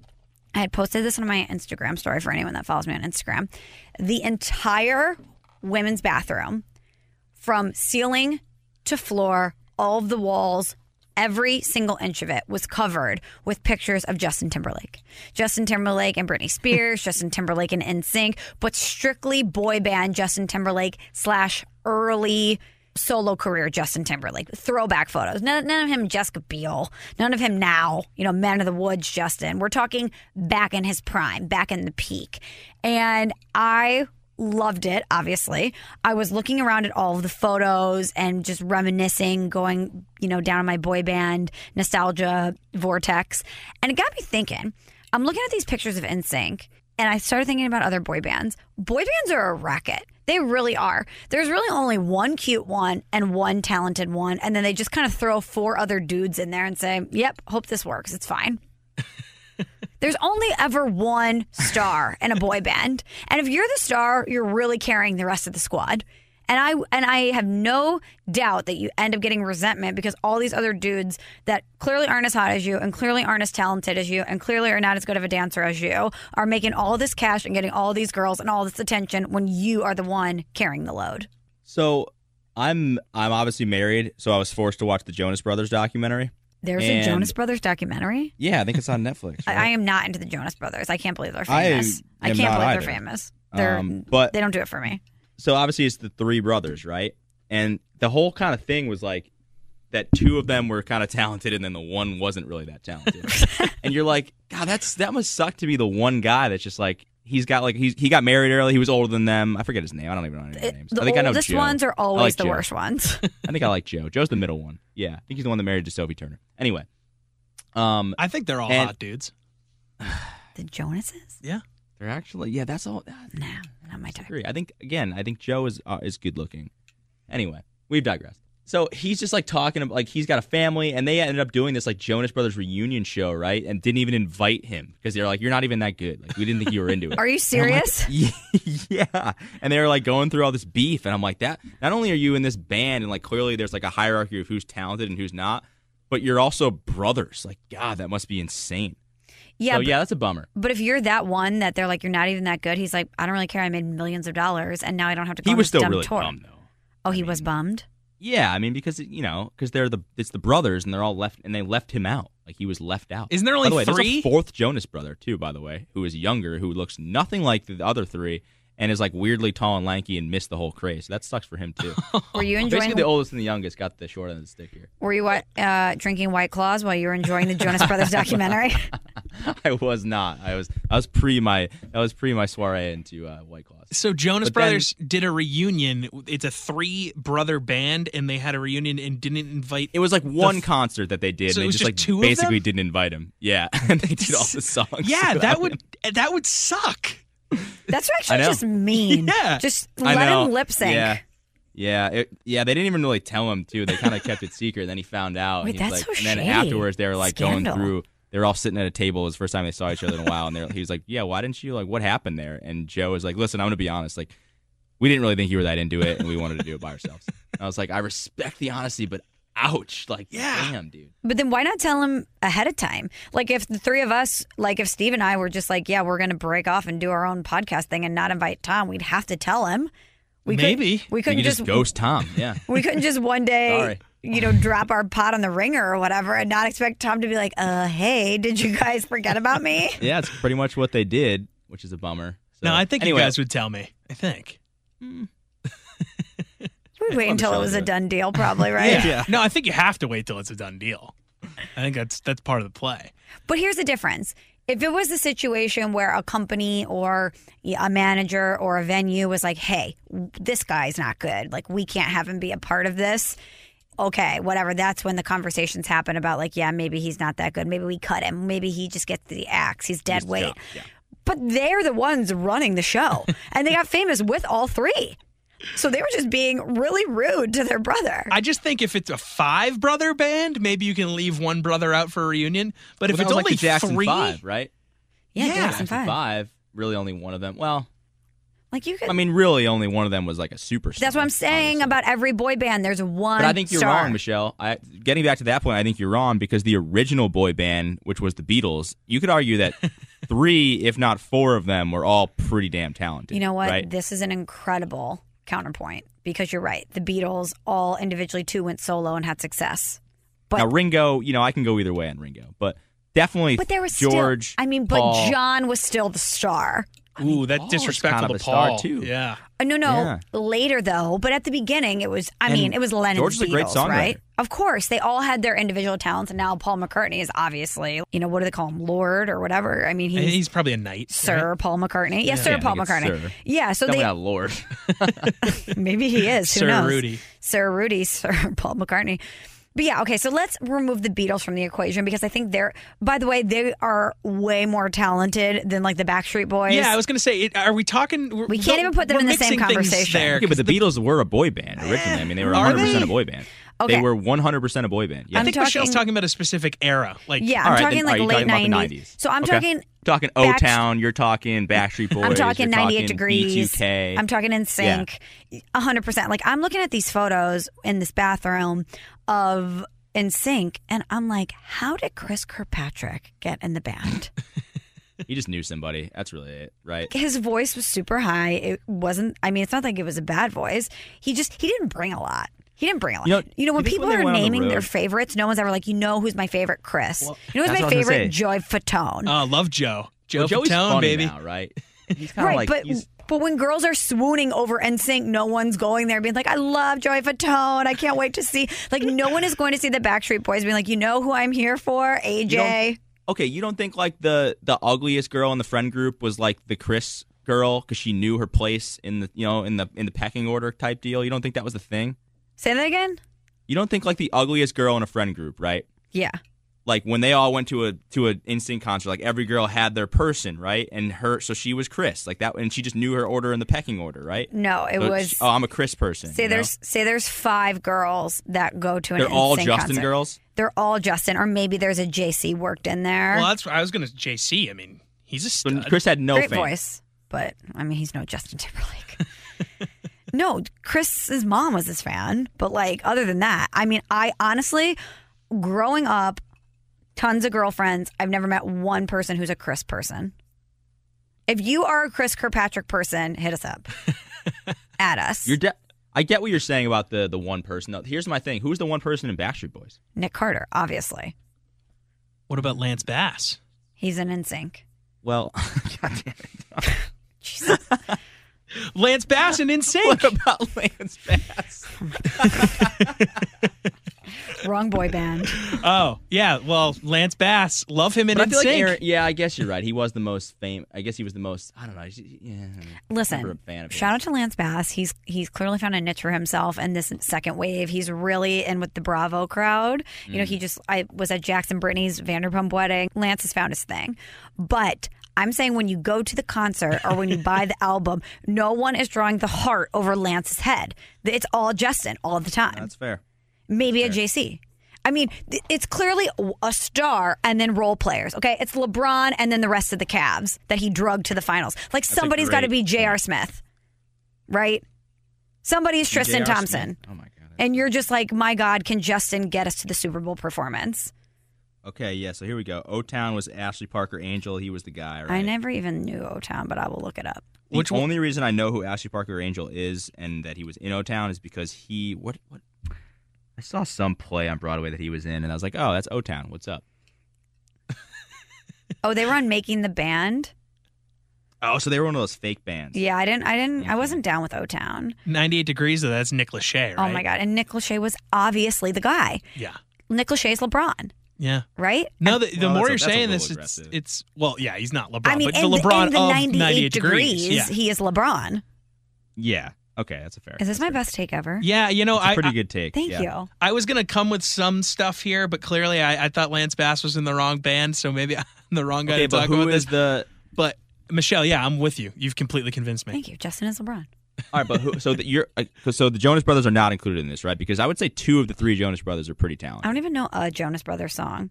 Speaker 3: I had posted this on my Instagram story for anyone that follows me on Instagram. The entire women's bathroom from ceiling to floor, all of the walls, every single inch of it was covered with pictures of Justin Timberlake. Justin Timberlake and Britney Spears, Justin Timberlake and NSYNC, but strictly boy band Justin Timberlake slash early solo career Justin Timberlake. Throwback photos. None, none of him Jessica Biel. None of him now, you know, Man of the Woods Justin. We're talking back in his prime, back in the peak. And I loved it obviously i was looking around at all of the photos and just reminiscing going you know down my boy band nostalgia vortex and it got me thinking i'm looking at these pictures of NSYNC and i started thinking about other boy bands boy bands are a racket they really are there's really only one cute one and one talented one and then they just kind of throw four other dudes in there and say yep hope this works it's fine there's only ever one star in a boy band. And if you're the star, you're really carrying the rest of the squad. And I and I have no doubt that you end up getting resentment because all these other dudes that clearly aren't as hot as you and clearly aren't as talented as you and clearly are not as good of a dancer as you are making all this cash and getting all these girls and all this attention when you are the one carrying the load.
Speaker 5: So I'm I'm obviously married, so I was forced to watch the Jonas Brothers documentary.
Speaker 3: There's a
Speaker 5: And-
Speaker 3: Jonas Brothers documentary.
Speaker 5: Yeah, I think it's on Netflix.
Speaker 3: I,
Speaker 5: right?
Speaker 3: I am not into the Jonas Brothers. I can't believe they're
Speaker 5: I
Speaker 3: famous. I,
Speaker 5: am
Speaker 3: can't
Speaker 5: not
Speaker 3: believe
Speaker 5: either.
Speaker 3: they're famous. They're,
Speaker 5: Um, but-
Speaker 3: they don't do it for me.
Speaker 5: so obviously it's the three brothers, right? And the whole kind of thing was like that two of them were kind of talented and then the one wasn't really that talented. and you're like, God, that's that must suck to be the one guy that's just like he's got like he's he got married early, he was older than them. I forget his name. I don't even know any of their names.
Speaker 3: The
Speaker 5: I think I know
Speaker 3: oldest
Speaker 5: Joe.
Speaker 3: ones are always
Speaker 5: like
Speaker 3: the
Speaker 5: Joe.
Speaker 3: worst ones.
Speaker 5: I think I like Joe. Joe's the middle one. Yeah. I think he's the one that married to Sophie Turner. Anyway. Um
Speaker 4: I think they're all
Speaker 5: And-
Speaker 4: hot dudes.
Speaker 3: the Jonases?
Speaker 5: they're actually yeah, that's all
Speaker 3: No, not my type.
Speaker 5: agree. I think again, I think Joe is uh, is good looking. Anyway, we've digressed. So he's just like talking about like he's got a family, and they ended up doing this like Jonas Brothers reunion show, right? And didn't even invite him because they're like, "You're not even that good. Like we didn't think you were into it."
Speaker 3: Are you serious?
Speaker 5: yeah, and they were like going through all this beef, and I'm like, "That not only are you in this band, and like clearly there's like a hierarchy of who's talented and who's not, but you're also brothers. Like God, that must be insane."
Speaker 3: yeah,
Speaker 5: so
Speaker 3: but,
Speaker 5: yeah, that's a bummer.
Speaker 3: but if you're that one that they're like, you're not even that good, he's like, I don't really care. I made millions of dollars and now I don't have to go
Speaker 5: He
Speaker 3: on
Speaker 5: was
Speaker 3: this
Speaker 5: still
Speaker 3: dumb
Speaker 5: really
Speaker 3: tour.
Speaker 5: dumb though.
Speaker 3: Oh, he was bummed?
Speaker 5: Yeah, I mean because you know because they're the it's the brothers and they're all left and they left him out like he was left out.
Speaker 4: Isn't there
Speaker 5: By
Speaker 4: only
Speaker 5: the way, There's
Speaker 4: three?
Speaker 5: a fourth Jonas brother too, by the way, who is younger, who looks nothing like the other three, and is like weirdly tall and lanky and missed the whole craze. That sucks for him too.
Speaker 3: Were you enjoying
Speaker 5: Basically, the oldest and the youngest got the short end of the stick here.
Speaker 3: Were you uh, drinking White Claws while you were enjoying the Jonas Brothers documentary?
Speaker 5: I was not. I was I was pre my I was pre my soiree into uh, White Claws.
Speaker 4: So Jonas
Speaker 5: But then-
Speaker 4: Brothers did a reunion. It's a three brother band, and they had a reunion and didn't invite.
Speaker 5: It was like one
Speaker 4: The f-
Speaker 5: concert that they did,
Speaker 4: So it
Speaker 5: and they
Speaker 4: was
Speaker 5: just,
Speaker 4: just
Speaker 5: like
Speaker 4: two of
Speaker 5: basically
Speaker 4: them?
Speaker 5: didn't invite him. Yeah, and they did all the songs.
Speaker 4: yeah,
Speaker 5: without
Speaker 4: that would that would suck.
Speaker 3: That's
Speaker 5: I
Speaker 3: actually
Speaker 5: know.
Speaker 3: just mean.
Speaker 4: Yeah.
Speaker 3: Just
Speaker 5: I
Speaker 3: let
Speaker 5: know.
Speaker 3: him lip sync.
Speaker 5: Yeah, yeah, it, yeah. They didn't even really tell him too. They kind of kept it secret. Then he found out.
Speaker 3: Wait,
Speaker 5: and he's
Speaker 3: that's
Speaker 5: like,
Speaker 3: so
Speaker 5: And then
Speaker 3: shady.
Speaker 5: afterwards, they were like
Speaker 3: Scandal.
Speaker 5: going through. They were all sitting at a table. It was the first time they saw each other in a while. And they're- he was like, "Yeah, why didn't you like? What happened there?" And Joe was like, "Listen, I'm gonna be honest. Like, we didn't really think you were that into it, and we wanted to do it by ourselves." And I was like, "I respect the honesty, but ouch! Like,
Speaker 4: Yeah.
Speaker 5: damn, dude."
Speaker 3: But then why not tell him ahead of time? Like if the three of us, like if Steve and I were just like, yeah, we're going to break off and do our own podcast thing and not invite Tom, we'd have to tell him. We couldn't-
Speaker 4: Maybe.
Speaker 3: we
Speaker 5: You
Speaker 3: couldn't
Speaker 5: could just ghost Tom. Yeah.
Speaker 3: we couldn't just one day,
Speaker 5: Sorry.
Speaker 3: you know, drop our pot on the ringer or whatever and not expect Tom to be like, uh, hey, did you guys forget about me?
Speaker 5: Yeah, it's pretty much what they did, which is a bummer. So,
Speaker 4: no, I think
Speaker 5: anyway,
Speaker 4: you guys would tell me. I think.
Speaker 3: We'd wait until it was a done deal, probably, right?
Speaker 4: No, I think you have to wait till it's a done deal. I think that's that's part of the play.
Speaker 3: But here's the difference. If it was a situation where a company or a manager or a venue was like, hey, this guy's not good, like we can't have him be a part of this, okay, whatever. That's when the conversations happen about, like, yeah, maybe he's not that good. Maybe we cut him. Maybe he just gets the axe. He's dead weight. But they're the ones running the show and they got famous with all three. So they were just being really rude to their brother.
Speaker 4: I just think if it's a five brother band, maybe you can leave one brother out for a reunion. But if
Speaker 5: Well, that
Speaker 4: it's
Speaker 5: was
Speaker 4: only
Speaker 5: like the Jackson
Speaker 4: three,
Speaker 5: Five, right?
Speaker 3: yeah,
Speaker 4: yeah,
Speaker 3: Jackson
Speaker 5: Jackson
Speaker 3: Five.
Speaker 5: Five. Really, only one of them. Well,
Speaker 3: Like you could.
Speaker 5: I mean, really, only one of them was like a superstar.
Speaker 3: That's what I'm saying
Speaker 5: obviously.
Speaker 3: about every boy band. There's one.
Speaker 5: But I think you're
Speaker 3: star.
Speaker 5: wrong, Michelle. I, getting back to that point, I think you're wrong because the original boy band, which was the Beatles, you could argue that three, if not four of them, were all pretty damn talented.
Speaker 3: You know what?
Speaker 5: Right?
Speaker 3: This is an incredible counterpoint because you're right. The Beatles all individually too went solo and had success. but-
Speaker 5: now Ringo, you know, I can go either way on Ringo, but definitely.
Speaker 3: But there was
Speaker 5: George.
Speaker 3: Still, I mean, but
Speaker 5: Paul.
Speaker 3: John was still the star.
Speaker 4: ooh, that's
Speaker 5: Paul was
Speaker 4: disrespectful
Speaker 5: kind of
Speaker 4: to
Speaker 5: a star,
Speaker 4: Paul
Speaker 5: too.
Speaker 4: Yeah,
Speaker 3: Uh, No, no.
Speaker 5: Yeah.
Speaker 3: Later though, but at the beginning, it was. I
Speaker 5: And
Speaker 3: mean, it was Lennon.
Speaker 5: George is a great
Speaker 3: Beatles, right?
Speaker 5: songwriter.
Speaker 3: Of course, they all had their individual talents, and now Paul McCartney is obviously, you know, what do they call him, Lord or whatever? I mean,
Speaker 4: and
Speaker 3: he's.
Speaker 4: he's probably a knight.
Speaker 3: Sir
Speaker 4: right?
Speaker 3: Paul McCartney, yes, Sir
Speaker 5: Yeah, I
Speaker 3: Paul
Speaker 5: think it's
Speaker 3: McCartney,
Speaker 5: Sir.
Speaker 3: yeah. So
Speaker 5: Coming
Speaker 3: they
Speaker 5: out of oh, Lord.
Speaker 3: Maybe he is. Who
Speaker 4: Sir
Speaker 3: knows?
Speaker 4: Rudy.
Speaker 3: Sir Rudy, Sir Paul McCartney. But yeah, okay, so let's remove the Beatles from the equation because I think they're, by the way, they are way more talented than like the Backstreet Boys.
Speaker 4: Yeah, I was gonna say, it, are we talking? We're,
Speaker 3: We can't even put them
Speaker 4: we're
Speaker 3: in the same
Speaker 4: mixing things
Speaker 3: conversation.
Speaker 4: There,
Speaker 5: Okay, but the Beatles were a boy band originally. I mean, they were 100 percent
Speaker 4: they?
Speaker 5: a boy band.
Speaker 3: Okay.
Speaker 5: They were 100% a boy band. Yeah.
Speaker 4: I think
Speaker 3: I'm
Speaker 4: Michelle's
Speaker 3: talking-
Speaker 4: talking about a specific era. Like,
Speaker 3: Yeah,
Speaker 5: All
Speaker 3: I'm
Speaker 5: right,
Speaker 3: talking
Speaker 5: then are
Speaker 3: like
Speaker 5: you
Speaker 3: late
Speaker 5: talking about the
Speaker 3: 90s. So I'm
Speaker 5: Okay.
Speaker 3: talking
Speaker 5: talking O
Speaker 3: Backst-
Speaker 5: Town, you're talking Backstreet Boys.
Speaker 3: I'm talking
Speaker 5: you're
Speaker 3: 98
Speaker 5: talking E
Speaker 3: degrees.
Speaker 5: B2K.
Speaker 3: I'm talking in sync. 100%. Like I'm looking at these photos in this bathroom of in sync and I'm like, how did Chris Kirkpatrick get in the band?
Speaker 5: he just knew somebody. That's really it, right?
Speaker 3: His voice was super high. It wasn't I mean, it's not like it was a bad voice. He just he didn't bring a lot. He didn't bring a lot.
Speaker 5: You know-
Speaker 3: when
Speaker 5: you think
Speaker 3: people
Speaker 5: when they
Speaker 3: are
Speaker 5: went on the
Speaker 3: naming their
Speaker 5: road-
Speaker 3: favorites, no one's ever like, you know who's my favorite Chris. you know who's
Speaker 5: that's
Speaker 3: my
Speaker 5: what I was gonna
Speaker 3: favorite
Speaker 5: say.
Speaker 3: Joy Fatone.
Speaker 4: uh, love Joe. Joe
Speaker 5: Well, Joey's
Speaker 4: Fatone,
Speaker 5: funny
Speaker 4: baby.
Speaker 5: now, right? He's kind of
Speaker 3: Right,
Speaker 5: like
Speaker 3: but
Speaker 5: he's-
Speaker 3: but when girls are swooning over NSYNC, no one's going there being like, "I love Joy Fatone. I can't wait to see." Like, no one is going to see the Backstreet Boys being like, "You know who I'm here for, AJ."
Speaker 5: You don't- okay, you don't think like the the ugliest girl in the friend group was like the Chris girl because she knew her place in the you know in the in the pecking order type deal. You don't think that was the thing.
Speaker 3: Say that again.
Speaker 5: You don't think like the ugliest girl in a friend group, right?
Speaker 3: Yeah,
Speaker 5: Like when they all went to a to an instant concert, like every girl had their person, right? And her, so she was Chris, like that, and she just knew her order in the pecking order, right?
Speaker 3: no, it
Speaker 5: So
Speaker 3: was.
Speaker 5: she- oh, I'm a Chris person.
Speaker 3: say
Speaker 5: you know?
Speaker 3: there's say there's five girls that go to an.
Speaker 5: they're all
Speaker 3: NSYNC
Speaker 5: Justin
Speaker 3: concert.
Speaker 5: girls.
Speaker 3: They're all Justin, or maybe there's a JC worked in there.
Speaker 4: Well, that's what I was gonna JC. I mean, he's a
Speaker 5: So
Speaker 4: stud.
Speaker 5: Chris had no
Speaker 3: Great
Speaker 5: fame.
Speaker 3: voice, but I mean, he's no Justin Timberlake. no, Chris's mom was his fan, but like other than that, I mean, I honestly, growing up, tons of girlfriends, I've never met one person who's a Chris person. If you are a Chris Kirkpatrick person, hit us up. At us.
Speaker 5: You're de- I get what you're saying about the the one person. Now, here's my thing: who's the one person in Backstreet Boys?
Speaker 3: Nick Carter, obviously.
Speaker 4: What about Lance Bass?
Speaker 3: He's an NSYNC.
Speaker 5: Well, God damn it.
Speaker 3: Jesus.
Speaker 4: Lance Bass and
Speaker 5: What
Speaker 4: Insane.
Speaker 5: about Lance Bass?
Speaker 3: Wrong boy band.
Speaker 4: oh yeah, well Lance Bass, love him in
Speaker 5: But I feel like
Speaker 4: Insane.
Speaker 5: Aaron, yeah, I guess you're right. He was the most famous. I guess he was the most. I don't know. he's- Yeah. I'm a
Speaker 3: Listen,
Speaker 5: fan of his.
Speaker 3: shout out to Lance Bass. He's he's clearly found a niche for himself in this second wave. He's really in with the Bravo crowd. You know, he
Speaker 5: Mm.
Speaker 3: just I was at Jackson Brittany's Vanderpump wedding. Lance has found his thing, but. I'm saying when you go to the concert or when you buy the album, no one is drawing the heart over Lance's head. It's all Justin all the time.
Speaker 5: That's fair.
Speaker 3: Maybe a JC. I mean, th- it's clearly a star and then role players. Okay, it's LeBron and then the rest of the Cavs that he drugged to the finals. Like
Speaker 5: a
Speaker 3: somebody's got to
Speaker 5: great
Speaker 3: be J.R. Smith, right? Somebody's Tristan
Speaker 5: J.R. Smith.
Speaker 3: Thompson,
Speaker 5: Oh my god.
Speaker 3: and you're just like, my God, can Justin get us to the Super Bowl performance?
Speaker 5: Okay, yeah. So here we go. O Town was Ashley Parker Angel. He was the guy. Right?
Speaker 3: I never even knew O Town, but I will look it up.
Speaker 5: The
Speaker 4: Which one-
Speaker 5: only reason I know who Ashley Parker Angel is and that he was in O Town is because he what what I saw some play on Broadway that he was in and I was like, oh, that's O Town. What's up?
Speaker 3: Oh, they were on Making the Band.
Speaker 5: Oh, so they were one of those fake bands.
Speaker 3: Yeah, I didn't, I didn't,
Speaker 5: Mm-hmm.
Speaker 3: I wasn't down with O Town.
Speaker 4: 98 degrees though. That's Nick Lachey, right?
Speaker 3: Oh my God, and Nick Lachey was obviously the guy.
Speaker 4: Yeah.
Speaker 3: Nick Lachey's LeBron,
Speaker 4: Yeah.
Speaker 3: right?
Speaker 4: No, the, the
Speaker 5: Well,
Speaker 4: more you're
Speaker 5: that's a- that's a
Speaker 4: saying
Speaker 5: little
Speaker 4: this, it's,
Speaker 5: aggressive.
Speaker 4: it's well, yeah, he's not LeBron,
Speaker 3: I mean,
Speaker 4: but the
Speaker 3: in,
Speaker 4: LeBron
Speaker 3: in the
Speaker 4: of
Speaker 3: 98,
Speaker 4: 98
Speaker 3: degrees,
Speaker 4: degrees. Yeah.
Speaker 3: he is LeBron.
Speaker 5: Yeah. Okay, that's a fair.
Speaker 3: Is this my best take ever?
Speaker 4: yeah, you know,
Speaker 5: That's
Speaker 4: I,
Speaker 5: a pretty
Speaker 4: I
Speaker 5: good take.
Speaker 3: Thank
Speaker 5: yeah.
Speaker 3: you.
Speaker 4: I was gonna come with some stuff here, but clearly I, I thought Lance Bass was in the wrong band, so maybe I'm the wrong guy
Speaker 5: Okay,
Speaker 4: to talk
Speaker 5: but who
Speaker 4: about
Speaker 5: is
Speaker 4: this.
Speaker 5: the
Speaker 4: But Michelle, yeah, I'm with you. You've completely convinced me.
Speaker 3: Thank you. Justin is LeBron.
Speaker 5: All right, but who, so the, you're uh, so the Jonas Brothers are not included in this, right? Because I would say two of the three Jonas Brothers are pretty
Speaker 3: I
Speaker 5: talented.
Speaker 3: don't even know a Jonas Brothers song.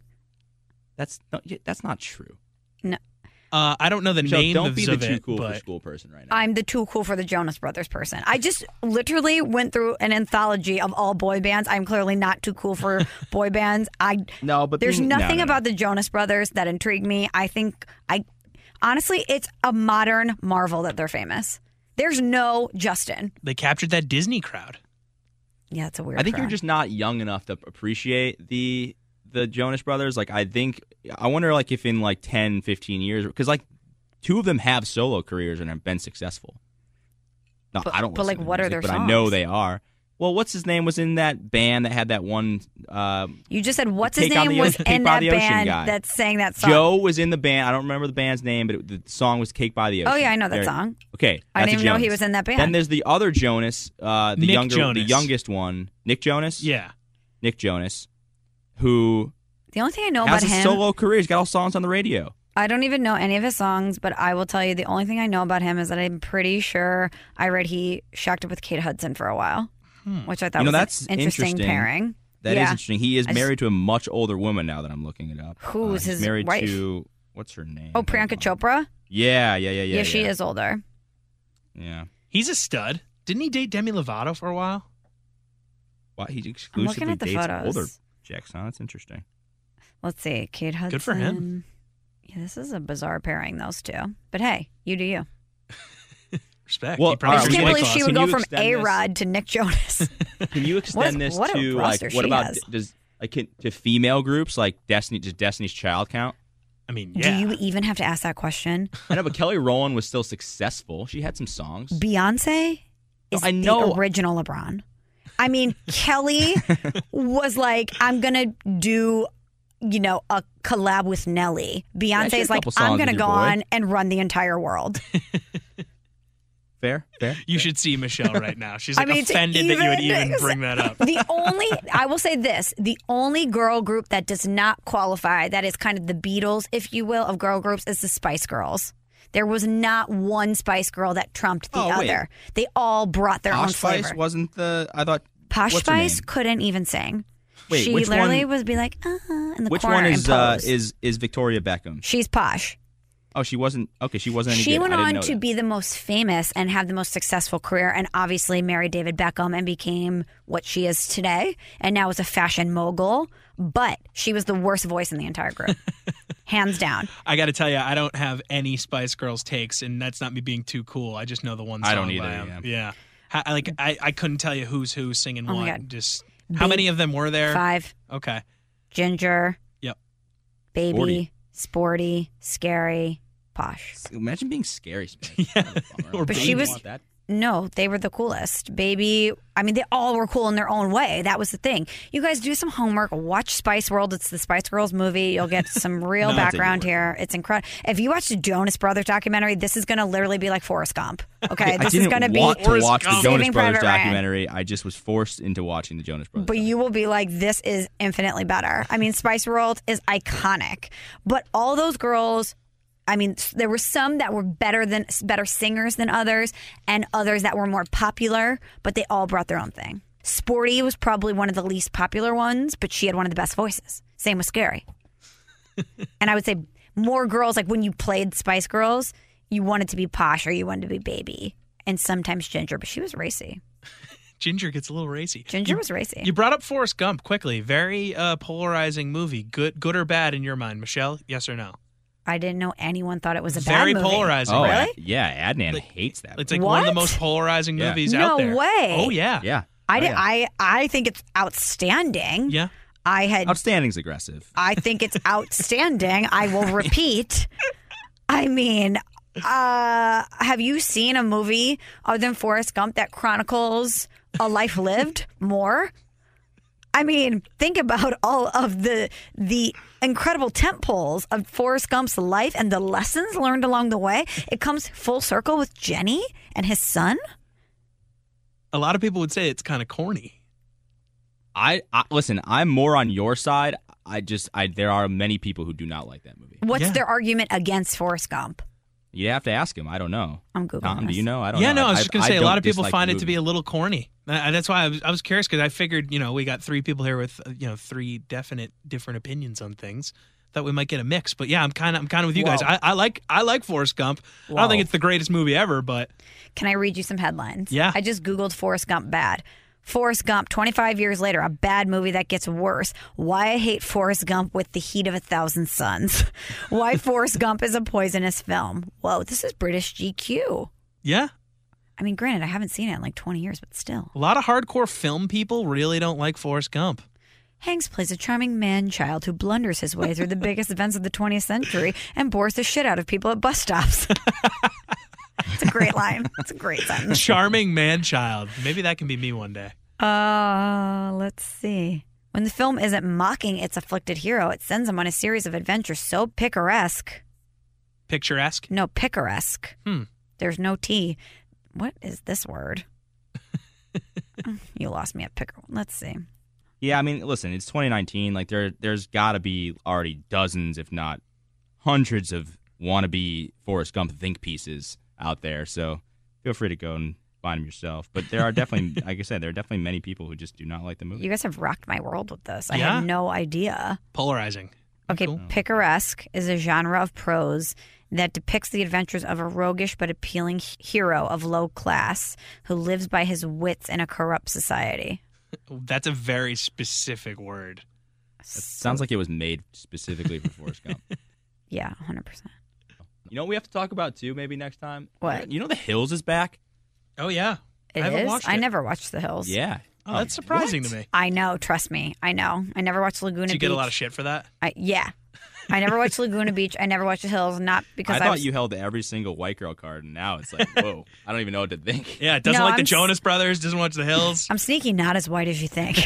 Speaker 5: That's not, yeah, that's not true.
Speaker 4: Uh, I don't know the
Speaker 5: Michelle,
Speaker 4: name
Speaker 5: don't
Speaker 4: of
Speaker 5: be the
Speaker 4: it,
Speaker 5: too cool for
Speaker 4: but
Speaker 5: school person right now.
Speaker 3: I'm the too cool for the Jonas Brothers person. I just literally went through an anthology of all boy bands. I'm clearly not too cool for boy bands. I
Speaker 5: no, but
Speaker 3: there's
Speaker 5: being- no,
Speaker 3: nothing
Speaker 5: no, no.
Speaker 3: about the Jonas Brothers that intrigued me. I think I honestly, it's a modern marvel that they're famous. There's no Justin.
Speaker 4: they captured that Disney crowd.
Speaker 3: Yeah, it's a weird.
Speaker 5: I think you're
Speaker 3: crowd.
Speaker 5: just not young enough to appreciate the the Jonas Brothers. Like I think I wonder like if in like 10, 15 years because like two of them have solo careers and have been successful. No,
Speaker 3: But-
Speaker 5: I don't.
Speaker 3: but,
Speaker 5: listen
Speaker 3: like,
Speaker 5: to
Speaker 3: what are their
Speaker 5: music, But I know
Speaker 3: songs?
Speaker 5: they are. Well, what's his name was in that band that had that one. Uh,
Speaker 3: You just said what's his
Speaker 5: Take on
Speaker 3: name
Speaker 5: the
Speaker 3: was
Speaker 5: Ocean-
Speaker 3: in
Speaker 5: Take by
Speaker 3: that
Speaker 5: the Ocean
Speaker 3: band
Speaker 5: guy.
Speaker 3: that sang that song.
Speaker 5: Joe was in the band. I don't remember the band's name, but it, the song was "Cake by the Ocean."
Speaker 3: Oh yeah, I know that
Speaker 5: There-
Speaker 3: song.
Speaker 5: Okay,
Speaker 3: I didn't
Speaker 5: that's a
Speaker 3: even know he
Speaker 5: Jonas.
Speaker 3: was in that band.
Speaker 5: Then there's the other Jonas, uh, the
Speaker 4: Nick
Speaker 5: younger, the
Speaker 4: Jonas.
Speaker 5: youngest one, Nick Jonas.
Speaker 4: Yeah,
Speaker 5: Nick Jonas, who
Speaker 3: the only thing I know
Speaker 5: has
Speaker 3: about
Speaker 5: a
Speaker 3: him,
Speaker 5: solo career. He's got all songs on the radio.
Speaker 3: I don't even know any of his songs, but I will tell you the only thing I know about him is that I'm pretty sure I read he shacked up with Kate Hudson for a while, which I thought
Speaker 5: Hmm. You know,
Speaker 3: was
Speaker 5: that's
Speaker 3: an interesting,
Speaker 5: interesting.
Speaker 3: pairing.
Speaker 5: That is
Speaker 3: Yeah.
Speaker 5: interesting. He is
Speaker 3: I just-
Speaker 5: married to a much older woman now that I'm looking it up. Um,
Speaker 3: Who is
Speaker 5: he's
Speaker 3: his
Speaker 5: married
Speaker 3: wife?
Speaker 5: to what's her name?
Speaker 3: Oh, Priyanka
Speaker 5: Hold on.
Speaker 3: Chopra.
Speaker 5: Yeah, yeah, yeah, yeah.
Speaker 3: Yeah, she is older.
Speaker 5: Yeah.
Speaker 4: He's a stud. Didn't he date Demi Lovato for a while?
Speaker 5: Why he
Speaker 3: I'm
Speaker 5: exclusively
Speaker 3: looking at the
Speaker 5: dates
Speaker 3: photos.
Speaker 5: older chicks? Huh? That's interesting.
Speaker 3: Let's see, Kate Hudson.
Speaker 4: Good for him.
Speaker 3: Yeah, this is a bizarre pairing, those two. But hey, you do you.
Speaker 4: Respect. he
Speaker 5: Well, All
Speaker 3: I
Speaker 4: probably
Speaker 5: right,
Speaker 3: just
Speaker 5: we
Speaker 3: can't
Speaker 5: can-
Speaker 4: drinks
Speaker 3: believe
Speaker 4: White
Speaker 3: she
Speaker 4: Claws.
Speaker 3: would
Speaker 5: Can
Speaker 3: go
Speaker 5: you
Speaker 3: from
Speaker 5: extend
Speaker 3: A
Speaker 5: this?
Speaker 3: Rod to Nick Jonas.
Speaker 5: Can you extend this
Speaker 3: what a
Speaker 5: to like
Speaker 3: roster
Speaker 5: what
Speaker 3: she
Speaker 5: about
Speaker 3: has.
Speaker 5: does like can, to female groups like Destiny? Does Destiny's Child count?
Speaker 4: I mean, yeah.
Speaker 3: Do you even have to ask that question?
Speaker 5: I know, but Kelly Rowland was still successful. She had some songs.
Speaker 3: Beyonce is
Speaker 5: I know.
Speaker 3: the original LeBron. I mean, Kelly was like, I'm gonna do, you know, a collab with Nelly.
Speaker 5: Yeah, she had
Speaker 3: Beyonce's
Speaker 5: a
Speaker 3: like,
Speaker 5: couple songs
Speaker 3: I'm
Speaker 5: with
Speaker 3: gonna
Speaker 5: your
Speaker 3: go
Speaker 5: boy.
Speaker 3: on and run the entire world.
Speaker 5: Fair, fair.
Speaker 4: You should see Michelle right now. She's
Speaker 3: I
Speaker 4: like
Speaker 3: mean, to
Speaker 4: offended that you would
Speaker 3: even-
Speaker 4: even bring that up.
Speaker 3: The only, I will say this the only girl group that does not qualify, that is kind of the Beatles, if you will, of girl groups, is the Spice Girls. There was not one Spice Girl that trumped the
Speaker 5: Oh, wait.
Speaker 3: other. They all brought their own
Speaker 5: Posh
Speaker 3: flavor.
Speaker 5: Spice wasn't the. I thought
Speaker 3: Posh
Speaker 5: what's her
Speaker 3: Spice
Speaker 5: name?
Speaker 3: couldn't even sing.
Speaker 5: Wait,
Speaker 3: she
Speaker 5: which
Speaker 3: literally
Speaker 5: one-
Speaker 3: would be like, uh huh, in the
Speaker 5: Which
Speaker 3: corner.
Speaker 5: one
Speaker 3: and
Speaker 5: is uh,
Speaker 3: pose.
Speaker 5: is is Victoria Beckham?
Speaker 3: She's posh.
Speaker 5: Oh, she wasn't. Okay, she wasn't. Any
Speaker 3: She
Speaker 5: good.
Speaker 3: went
Speaker 5: I didn't
Speaker 3: on
Speaker 5: know
Speaker 3: to
Speaker 5: that.
Speaker 3: be the most famous and have the most successful career, and obviously married David Beckham and became what she is today, and now is a fashion mogul. But she was the worst voice in the entire group, hands down.
Speaker 4: I got to tell you, I don't have any Spice Girls takes, and that's not me being too cool. I just know the one song
Speaker 5: I don't
Speaker 4: by
Speaker 5: either,
Speaker 4: them. Yeah. How- I, like I, I couldn't tell you who's who singing
Speaker 3: Oh
Speaker 4: what.
Speaker 3: my God.
Speaker 4: Just how many of them were there?
Speaker 3: Five,
Speaker 4: Okay.
Speaker 3: Ginger.
Speaker 4: Yep.
Speaker 3: Baby,
Speaker 5: Sporty.
Speaker 3: sporty, scary, posh.
Speaker 5: Imagine being scary. Spice.
Speaker 4: Yeah.
Speaker 5: What a bummer.
Speaker 4: Or
Speaker 3: But she
Speaker 5: Don't
Speaker 3: was-
Speaker 5: want that.
Speaker 3: No, they were the coolest. Baby, I mean, they all were cool in their own way. That was the thing. You guys do some homework, watch Spice World. It's the Spice Girls movie. You'll get some real
Speaker 5: No, I'll take your
Speaker 3: background
Speaker 5: word.
Speaker 3: here. It's incredible. If you watch the Jonas Brothers documentary, this is going to literally be like Forrest Gump. Okay,
Speaker 5: I
Speaker 3: this is
Speaker 5: didn't
Speaker 3: going to be.
Speaker 5: want to watch the
Speaker 4: Saving
Speaker 5: Jonas Brothers
Speaker 3: Private Ryan.
Speaker 5: documentary. I just was forced into watching the Jonas Brothers.
Speaker 3: But you will be like, this is infinitely better. I mean, Spice World is iconic, but all those girls. I mean, s- there were some that were better than better singers than others, and others that were more popular. But they all brought their own thing. Sporty was probably one of the least popular ones, but she had one of the best voices. Same with Scary. and I would say more girls like when you played Spice Girls, you wanted to be posh or you wanted to be baby, and sometimes Ginger. But she was racy.
Speaker 4: Ginger gets a little racy.
Speaker 3: Ginger was racy.
Speaker 4: You brought up Forrest Gump quickly. Very uh, polarizing movie. Good, good or bad in your mind, Michelle? Yes or no?
Speaker 3: I didn't know anyone thought it was a
Speaker 4: Very
Speaker 3: bad movie.
Speaker 4: polarizing.
Speaker 5: oh,
Speaker 4: right?
Speaker 5: Ad- yeah, Adnan
Speaker 4: Like-
Speaker 5: hates that.
Speaker 4: It's like one of the
Speaker 3: What?
Speaker 4: most polarizing
Speaker 5: Yeah.
Speaker 4: movies
Speaker 3: No
Speaker 4: out there.
Speaker 3: way.
Speaker 4: Oh yeah.
Speaker 5: yeah,
Speaker 3: I,
Speaker 5: Oh,
Speaker 3: did,
Speaker 5: yeah.
Speaker 3: I I think it's outstanding.
Speaker 4: Yeah.
Speaker 3: I had
Speaker 5: Outstanding's aggressive.
Speaker 3: I think it's outstanding. I will repeat. I mean, uh, have you seen a movie other than Forrest Gump that chronicles a life lived more? I mean, think about all of the the incredible tent poles of Forrest Gump's life and the lessons learned along the way. It comes full circle with Jenny and his son.
Speaker 4: A lot of people would say it's kind of corny.
Speaker 5: I, I listen. I'm more on your side. I just, I there are many people who do not like that movie.
Speaker 3: What's
Speaker 4: Yeah.
Speaker 3: their argument against Forrest Gump?
Speaker 5: You'd have to ask him. I don't know.
Speaker 3: I'm Googling
Speaker 5: Tom, do
Speaker 3: this.
Speaker 5: you know? I don't.
Speaker 4: yeah,
Speaker 5: know.
Speaker 4: no, I was just gonna
Speaker 5: I
Speaker 4: say a
Speaker 5: don't
Speaker 4: lot of people
Speaker 5: dislike
Speaker 4: find
Speaker 5: the
Speaker 4: it to
Speaker 5: movie.
Speaker 4: be a little corny. Uh, that's why I was, I was curious because I figured you know we got three people here with uh, you know three definite different opinions on things. Thought we might get a mix, but yeah, I'm kind of I'm kind of with you guys. I, I like I like Forrest Gump. I don't think it's the greatest movie ever, but
Speaker 3: Can I read you some headlines?
Speaker 4: Yeah.
Speaker 3: I just Googled Forrest Gump bad. Forrest Gump, 25 years later, a bad movie that gets worse. Why I hate Forrest Gump with the heat of a thousand suns. Why Forrest Gump is a poisonous film. Whoa, this is British GQ.
Speaker 4: yeah,
Speaker 3: I mean, granted, I haven't seen it in like 20 years, but still.
Speaker 4: a lot of hardcore film people really don't like Forrest Gump.
Speaker 3: Hanks plays a charming man child who blunders his way through the biggest events of the 20th century and bores the shit out of people at bus stops. it's a great line. It's a great sentence.
Speaker 4: Charming man child. Maybe that can be me one day.
Speaker 3: Uh, let's see. When the film isn't mocking its afflicted hero, it sends him on a series of adventures so picaresque.
Speaker 4: Picturesque.
Speaker 3: No, picaresque.
Speaker 4: Hmm.
Speaker 3: There's no T. What is this word? you lost me at picker. Let's see.
Speaker 5: Yeah, I mean, listen, it's 2019. Like there, there's got to be already dozens, if not hundreds, of wannabe Forrest Gump think pieces out there. So feel free to go and find them yourself. But there are definitely, like I said, there are definitely many people who just do not like the movie.
Speaker 3: You guys have rocked my world with this. I
Speaker 4: Yeah?
Speaker 3: had no idea.
Speaker 4: Polarizing.
Speaker 3: Okay,
Speaker 4: Cool.
Speaker 3: picaresque is a genre of prose that depicts the adventures of a roguish but appealing he- hero of low class who lives by his wits in a corrupt society.
Speaker 4: That's a very specific word.
Speaker 5: That sounds like it was made specifically for Forrest Gump.
Speaker 3: Yeah, 100%.
Speaker 5: You know what we have to talk about too, maybe next time?
Speaker 3: What?
Speaker 5: You know The Hills is back?
Speaker 4: Oh yeah,
Speaker 3: It
Speaker 4: I haven't
Speaker 3: is?
Speaker 4: watched
Speaker 3: I
Speaker 4: it.
Speaker 3: never watched The Hills.
Speaker 5: Yeah. Um,
Speaker 4: Oh, that's surprising to me.
Speaker 3: I know, trust me. I know. I never watched Laguna
Speaker 4: Do you
Speaker 3: Beach.
Speaker 4: get a lot of shit for that?
Speaker 3: I, yeah. I never watched Laguna Beach. I never watched The Hills, not because
Speaker 5: I
Speaker 3: I,
Speaker 5: thought
Speaker 3: was,
Speaker 5: you held every single white girl card, and now it's like, whoa, I don't even know what to think.
Speaker 4: Yeah, it doesn't
Speaker 3: No,
Speaker 4: like
Speaker 3: I'm
Speaker 4: the
Speaker 3: s-
Speaker 4: Jonas Brothers. Doesn't watch The Hills.
Speaker 3: I'm sneaky, not as white as you think.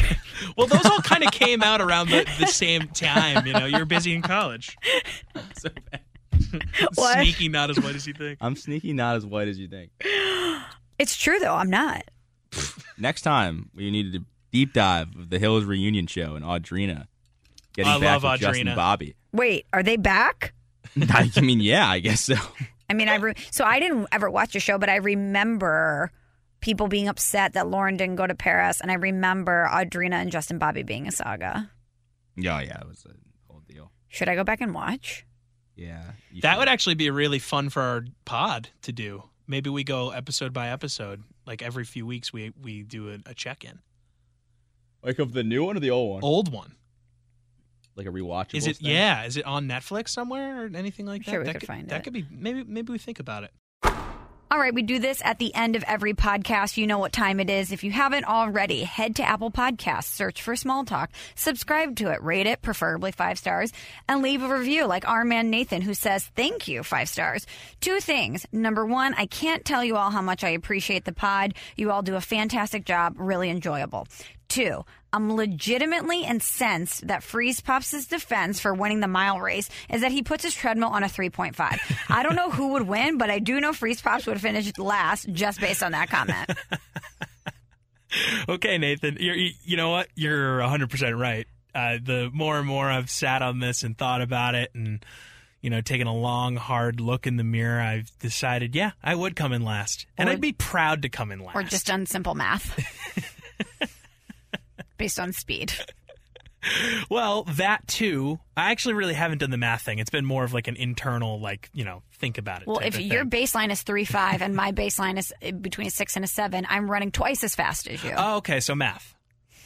Speaker 4: Well, those all kind of came out around the, the same time. You know, you're busy in college.
Speaker 5: So bad.
Speaker 3: What?
Speaker 4: Sneaky, not as white as you think.
Speaker 5: I'm sneaky, not as white as you think.
Speaker 3: it's true, though. I'm not.
Speaker 5: Next time, we need to deep dive of The Hills reunion show and Audrina getting
Speaker 4: I
Speaker 5: back
Speaker 4: love
Speaker 5: with Justin
Speaker 4: Audrina.
Speaker 5: Bobby.
Speaker 3: Wait, are they back?
Speaker 5: I mean, yeah, I guess so.
Speaker 3: I mean, I re- so I didn't ever watch a show, but I remember people being upset that Lauren didn't go to Paris, and I remember Audrina and Justin Bobby being a saga.
Speaker 5: Yeah, yeah, it was a whole deal.
Speaker 3: Should I go back and watch?
Speaker 5: Yeah. you
Speaker 4: That
Speaker 5: should.
Speaker 4: would actually be really fun for our pod to do. Maybe we go episode by episode. Like every few weeks, we we do a, a check in.
Speaker 5: Like of the new one or the old one?
Speaker 4: Old one.
Speaker 5: Like a rewatchable.
Speaker 4: Is it?
Speaker 5: thing?
Speaker 4: Yeah. Is it on Netflix somewhere or anything like that?
Speaker 3: Sure, we
Speaker 4: that
Speaker 3: could find
Speaker 4: That
Speaker 3: it.
Speaker 4: could be. Maybe maybe we think about it.
Speaker 3: All right, we do this at the end of every podcast. You know what time it is. If you haven't already, head to Apple Podcasts, search for Small Talk, subscribe to it, rate it, preferably five stars, and leave a review like our man Nathan, who says, Thank you, five stars. Two things. Number one, I can't tell you all how much I appreciate the pod. You all do a fantastic job, really enjoyable. Two, I'm legitimately incensed that Freeze Pops' defense for winning the mile race is that he puts his treadmill on a 3.5. I don't know who would win, but I do know Freeze Pops would finish last just based on that comment.
Speaker 4: Okay, Nathan, you're, you you know what? You're 100% right. Uh, the more and more I've sat on this and thought about it and, you know, taken a long, hard look in the mirror, I've decided, yeah, I would come in last. And
Speaker 3: Or-
Speaker 4: I'd be proud to come in last.
Speaker 3: Or just on simple math. based on speed.
Speaker 4: Well, that too. I actually really haven't done the math thing. It's been more of like an internal, like, you know, think about it.
Speaker 3: Well,
Speaker 4: type
Speaker 3: if
Speaker 4: of
Speaker 3: your
Speaker 4: thing.
Speaker 3: baseline is 3.5 and my baseline is uh, between a 6 and a 7, I'm running twice as fast as you.
Speaker 4: Oh, okay. So math.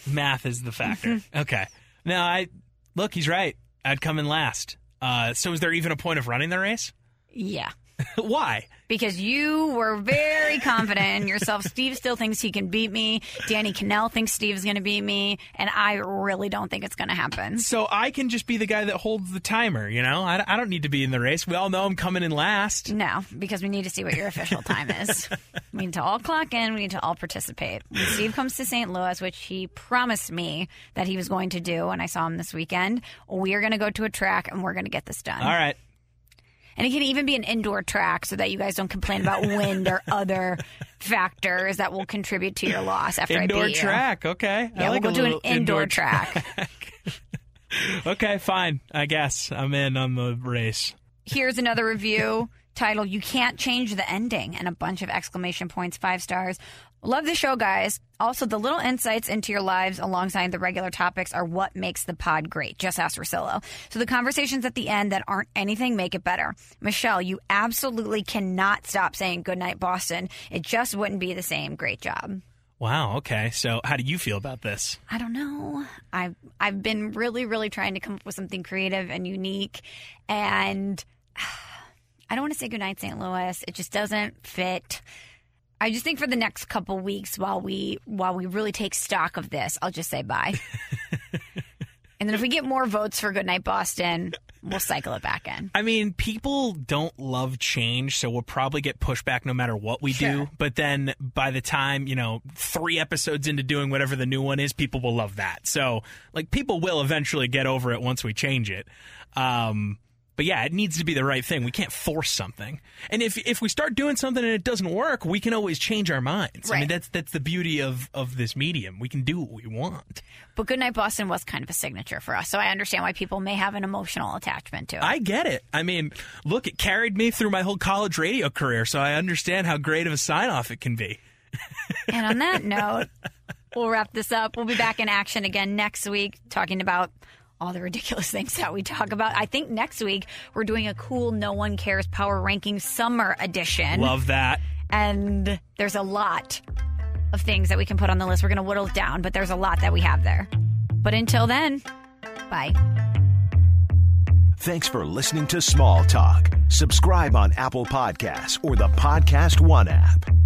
Speaker 4: Math is the factor. okay. Now, I look, he's right. I'd come in last. Uh, so is there even a point of running the race?
Speaker 3: yeah.
Speaker 4: Why?
Speaker 3: because you were very confident in yourself. Steve still thinks he can beat me. Danny Cannell thinks Steve's going to beat me, and I really don't think it's going to happen.
Speaker 4: so I can just be the guy that holds the timer. You know, I, I don't need to be in the race. We all know I'm coming in last.
Speaker 3: No, because we need to see what your official time is. we need to all clock in. We need to all participate. When Steve comes to St. Louis, which he promised me that he was going to do when I saw him this weekend, we are going to go to a track and we're going to get this done.
Speaker 4: All right.
Speaker 3: And it can even be an indoor track so that you guys don't complain about wind or other factors that will contribute to your loss after I
Speaker 4: Indoor
Speaker 3: beat you.
Speaker 4: track. Okay. I
Speaker 3: Yeah,
Speaker 4: Oh, like
Speaker 3: we'll
Speaker 4: a
Speaker 3: go do an
Speaker 4: little
Speaker 3: indoor, track.
Speaker 4: okay, fine. I guess I'm in on the race.
Speaker 3: Here's another review titled You Can't Change the Ending and a bunch of exclamation points, five stars. Love the show, guys. Also, the little insights into your lives alongside the regular topics are what makes the pod great. Just ask Rosillo. So the conversations at the end that aren't anything make it better. Michelle, you absolutely cannot stop saying goodnight, Boston. It just wouldn't be the same. Great job.
Speaker 4: Wow. Okay. So how do you feel about this?
Speaker 3: I don't know. I've I've been really, really trying to come up with something creative and unique, and I don't want to say goodnight, St. Louis. It just doesn't fit. I just think for the next couple weeks, while we while we really take stock of this, I'll just say bye. and then if we get more votes for Goodnight Boston, we'll cycle it back in.
Speaker 4: I mean, people don't love change, so we'll probably get pushback no matter what we do. But then by the time, you know, three episodes into doing whatever the new one is, people will love that. So, like, people will eventually get over it once we change it. Um, but yeah, it needs to be the right thing. We can't force something. And if if we start doing something and it doesn't work, we can always change our minds. I mean,
Speaker 3: Right.
Speaker 4: that's that's the beauty of of this medium. We can do what we want.
Speaker 3: But Goodnight Boston was kind of a signature for us, so I understand why people may have an emotional attachment to it.
Speaker 4: I get it. I mean, look, it carried me through my whole college radio career, so I understand how great of a sign off it can be.
Speaker 3: And on that note, we'll wrap this up. We'll be back in action again next week talking about all the ridiculous things that we talk about. I think next week we're doing a cool No One Cares Power Ranking Summer Edition.
Speaker 4: Love that.
Speaker 3: And there's a lot of things that we can put on the list. We're going to whittle it down, but there's a lot that we have there. But until then, bye.
Speaker 1: Thanks for listening to Small Talk. Subscribe on Apple Podcasts or the Podcast One app.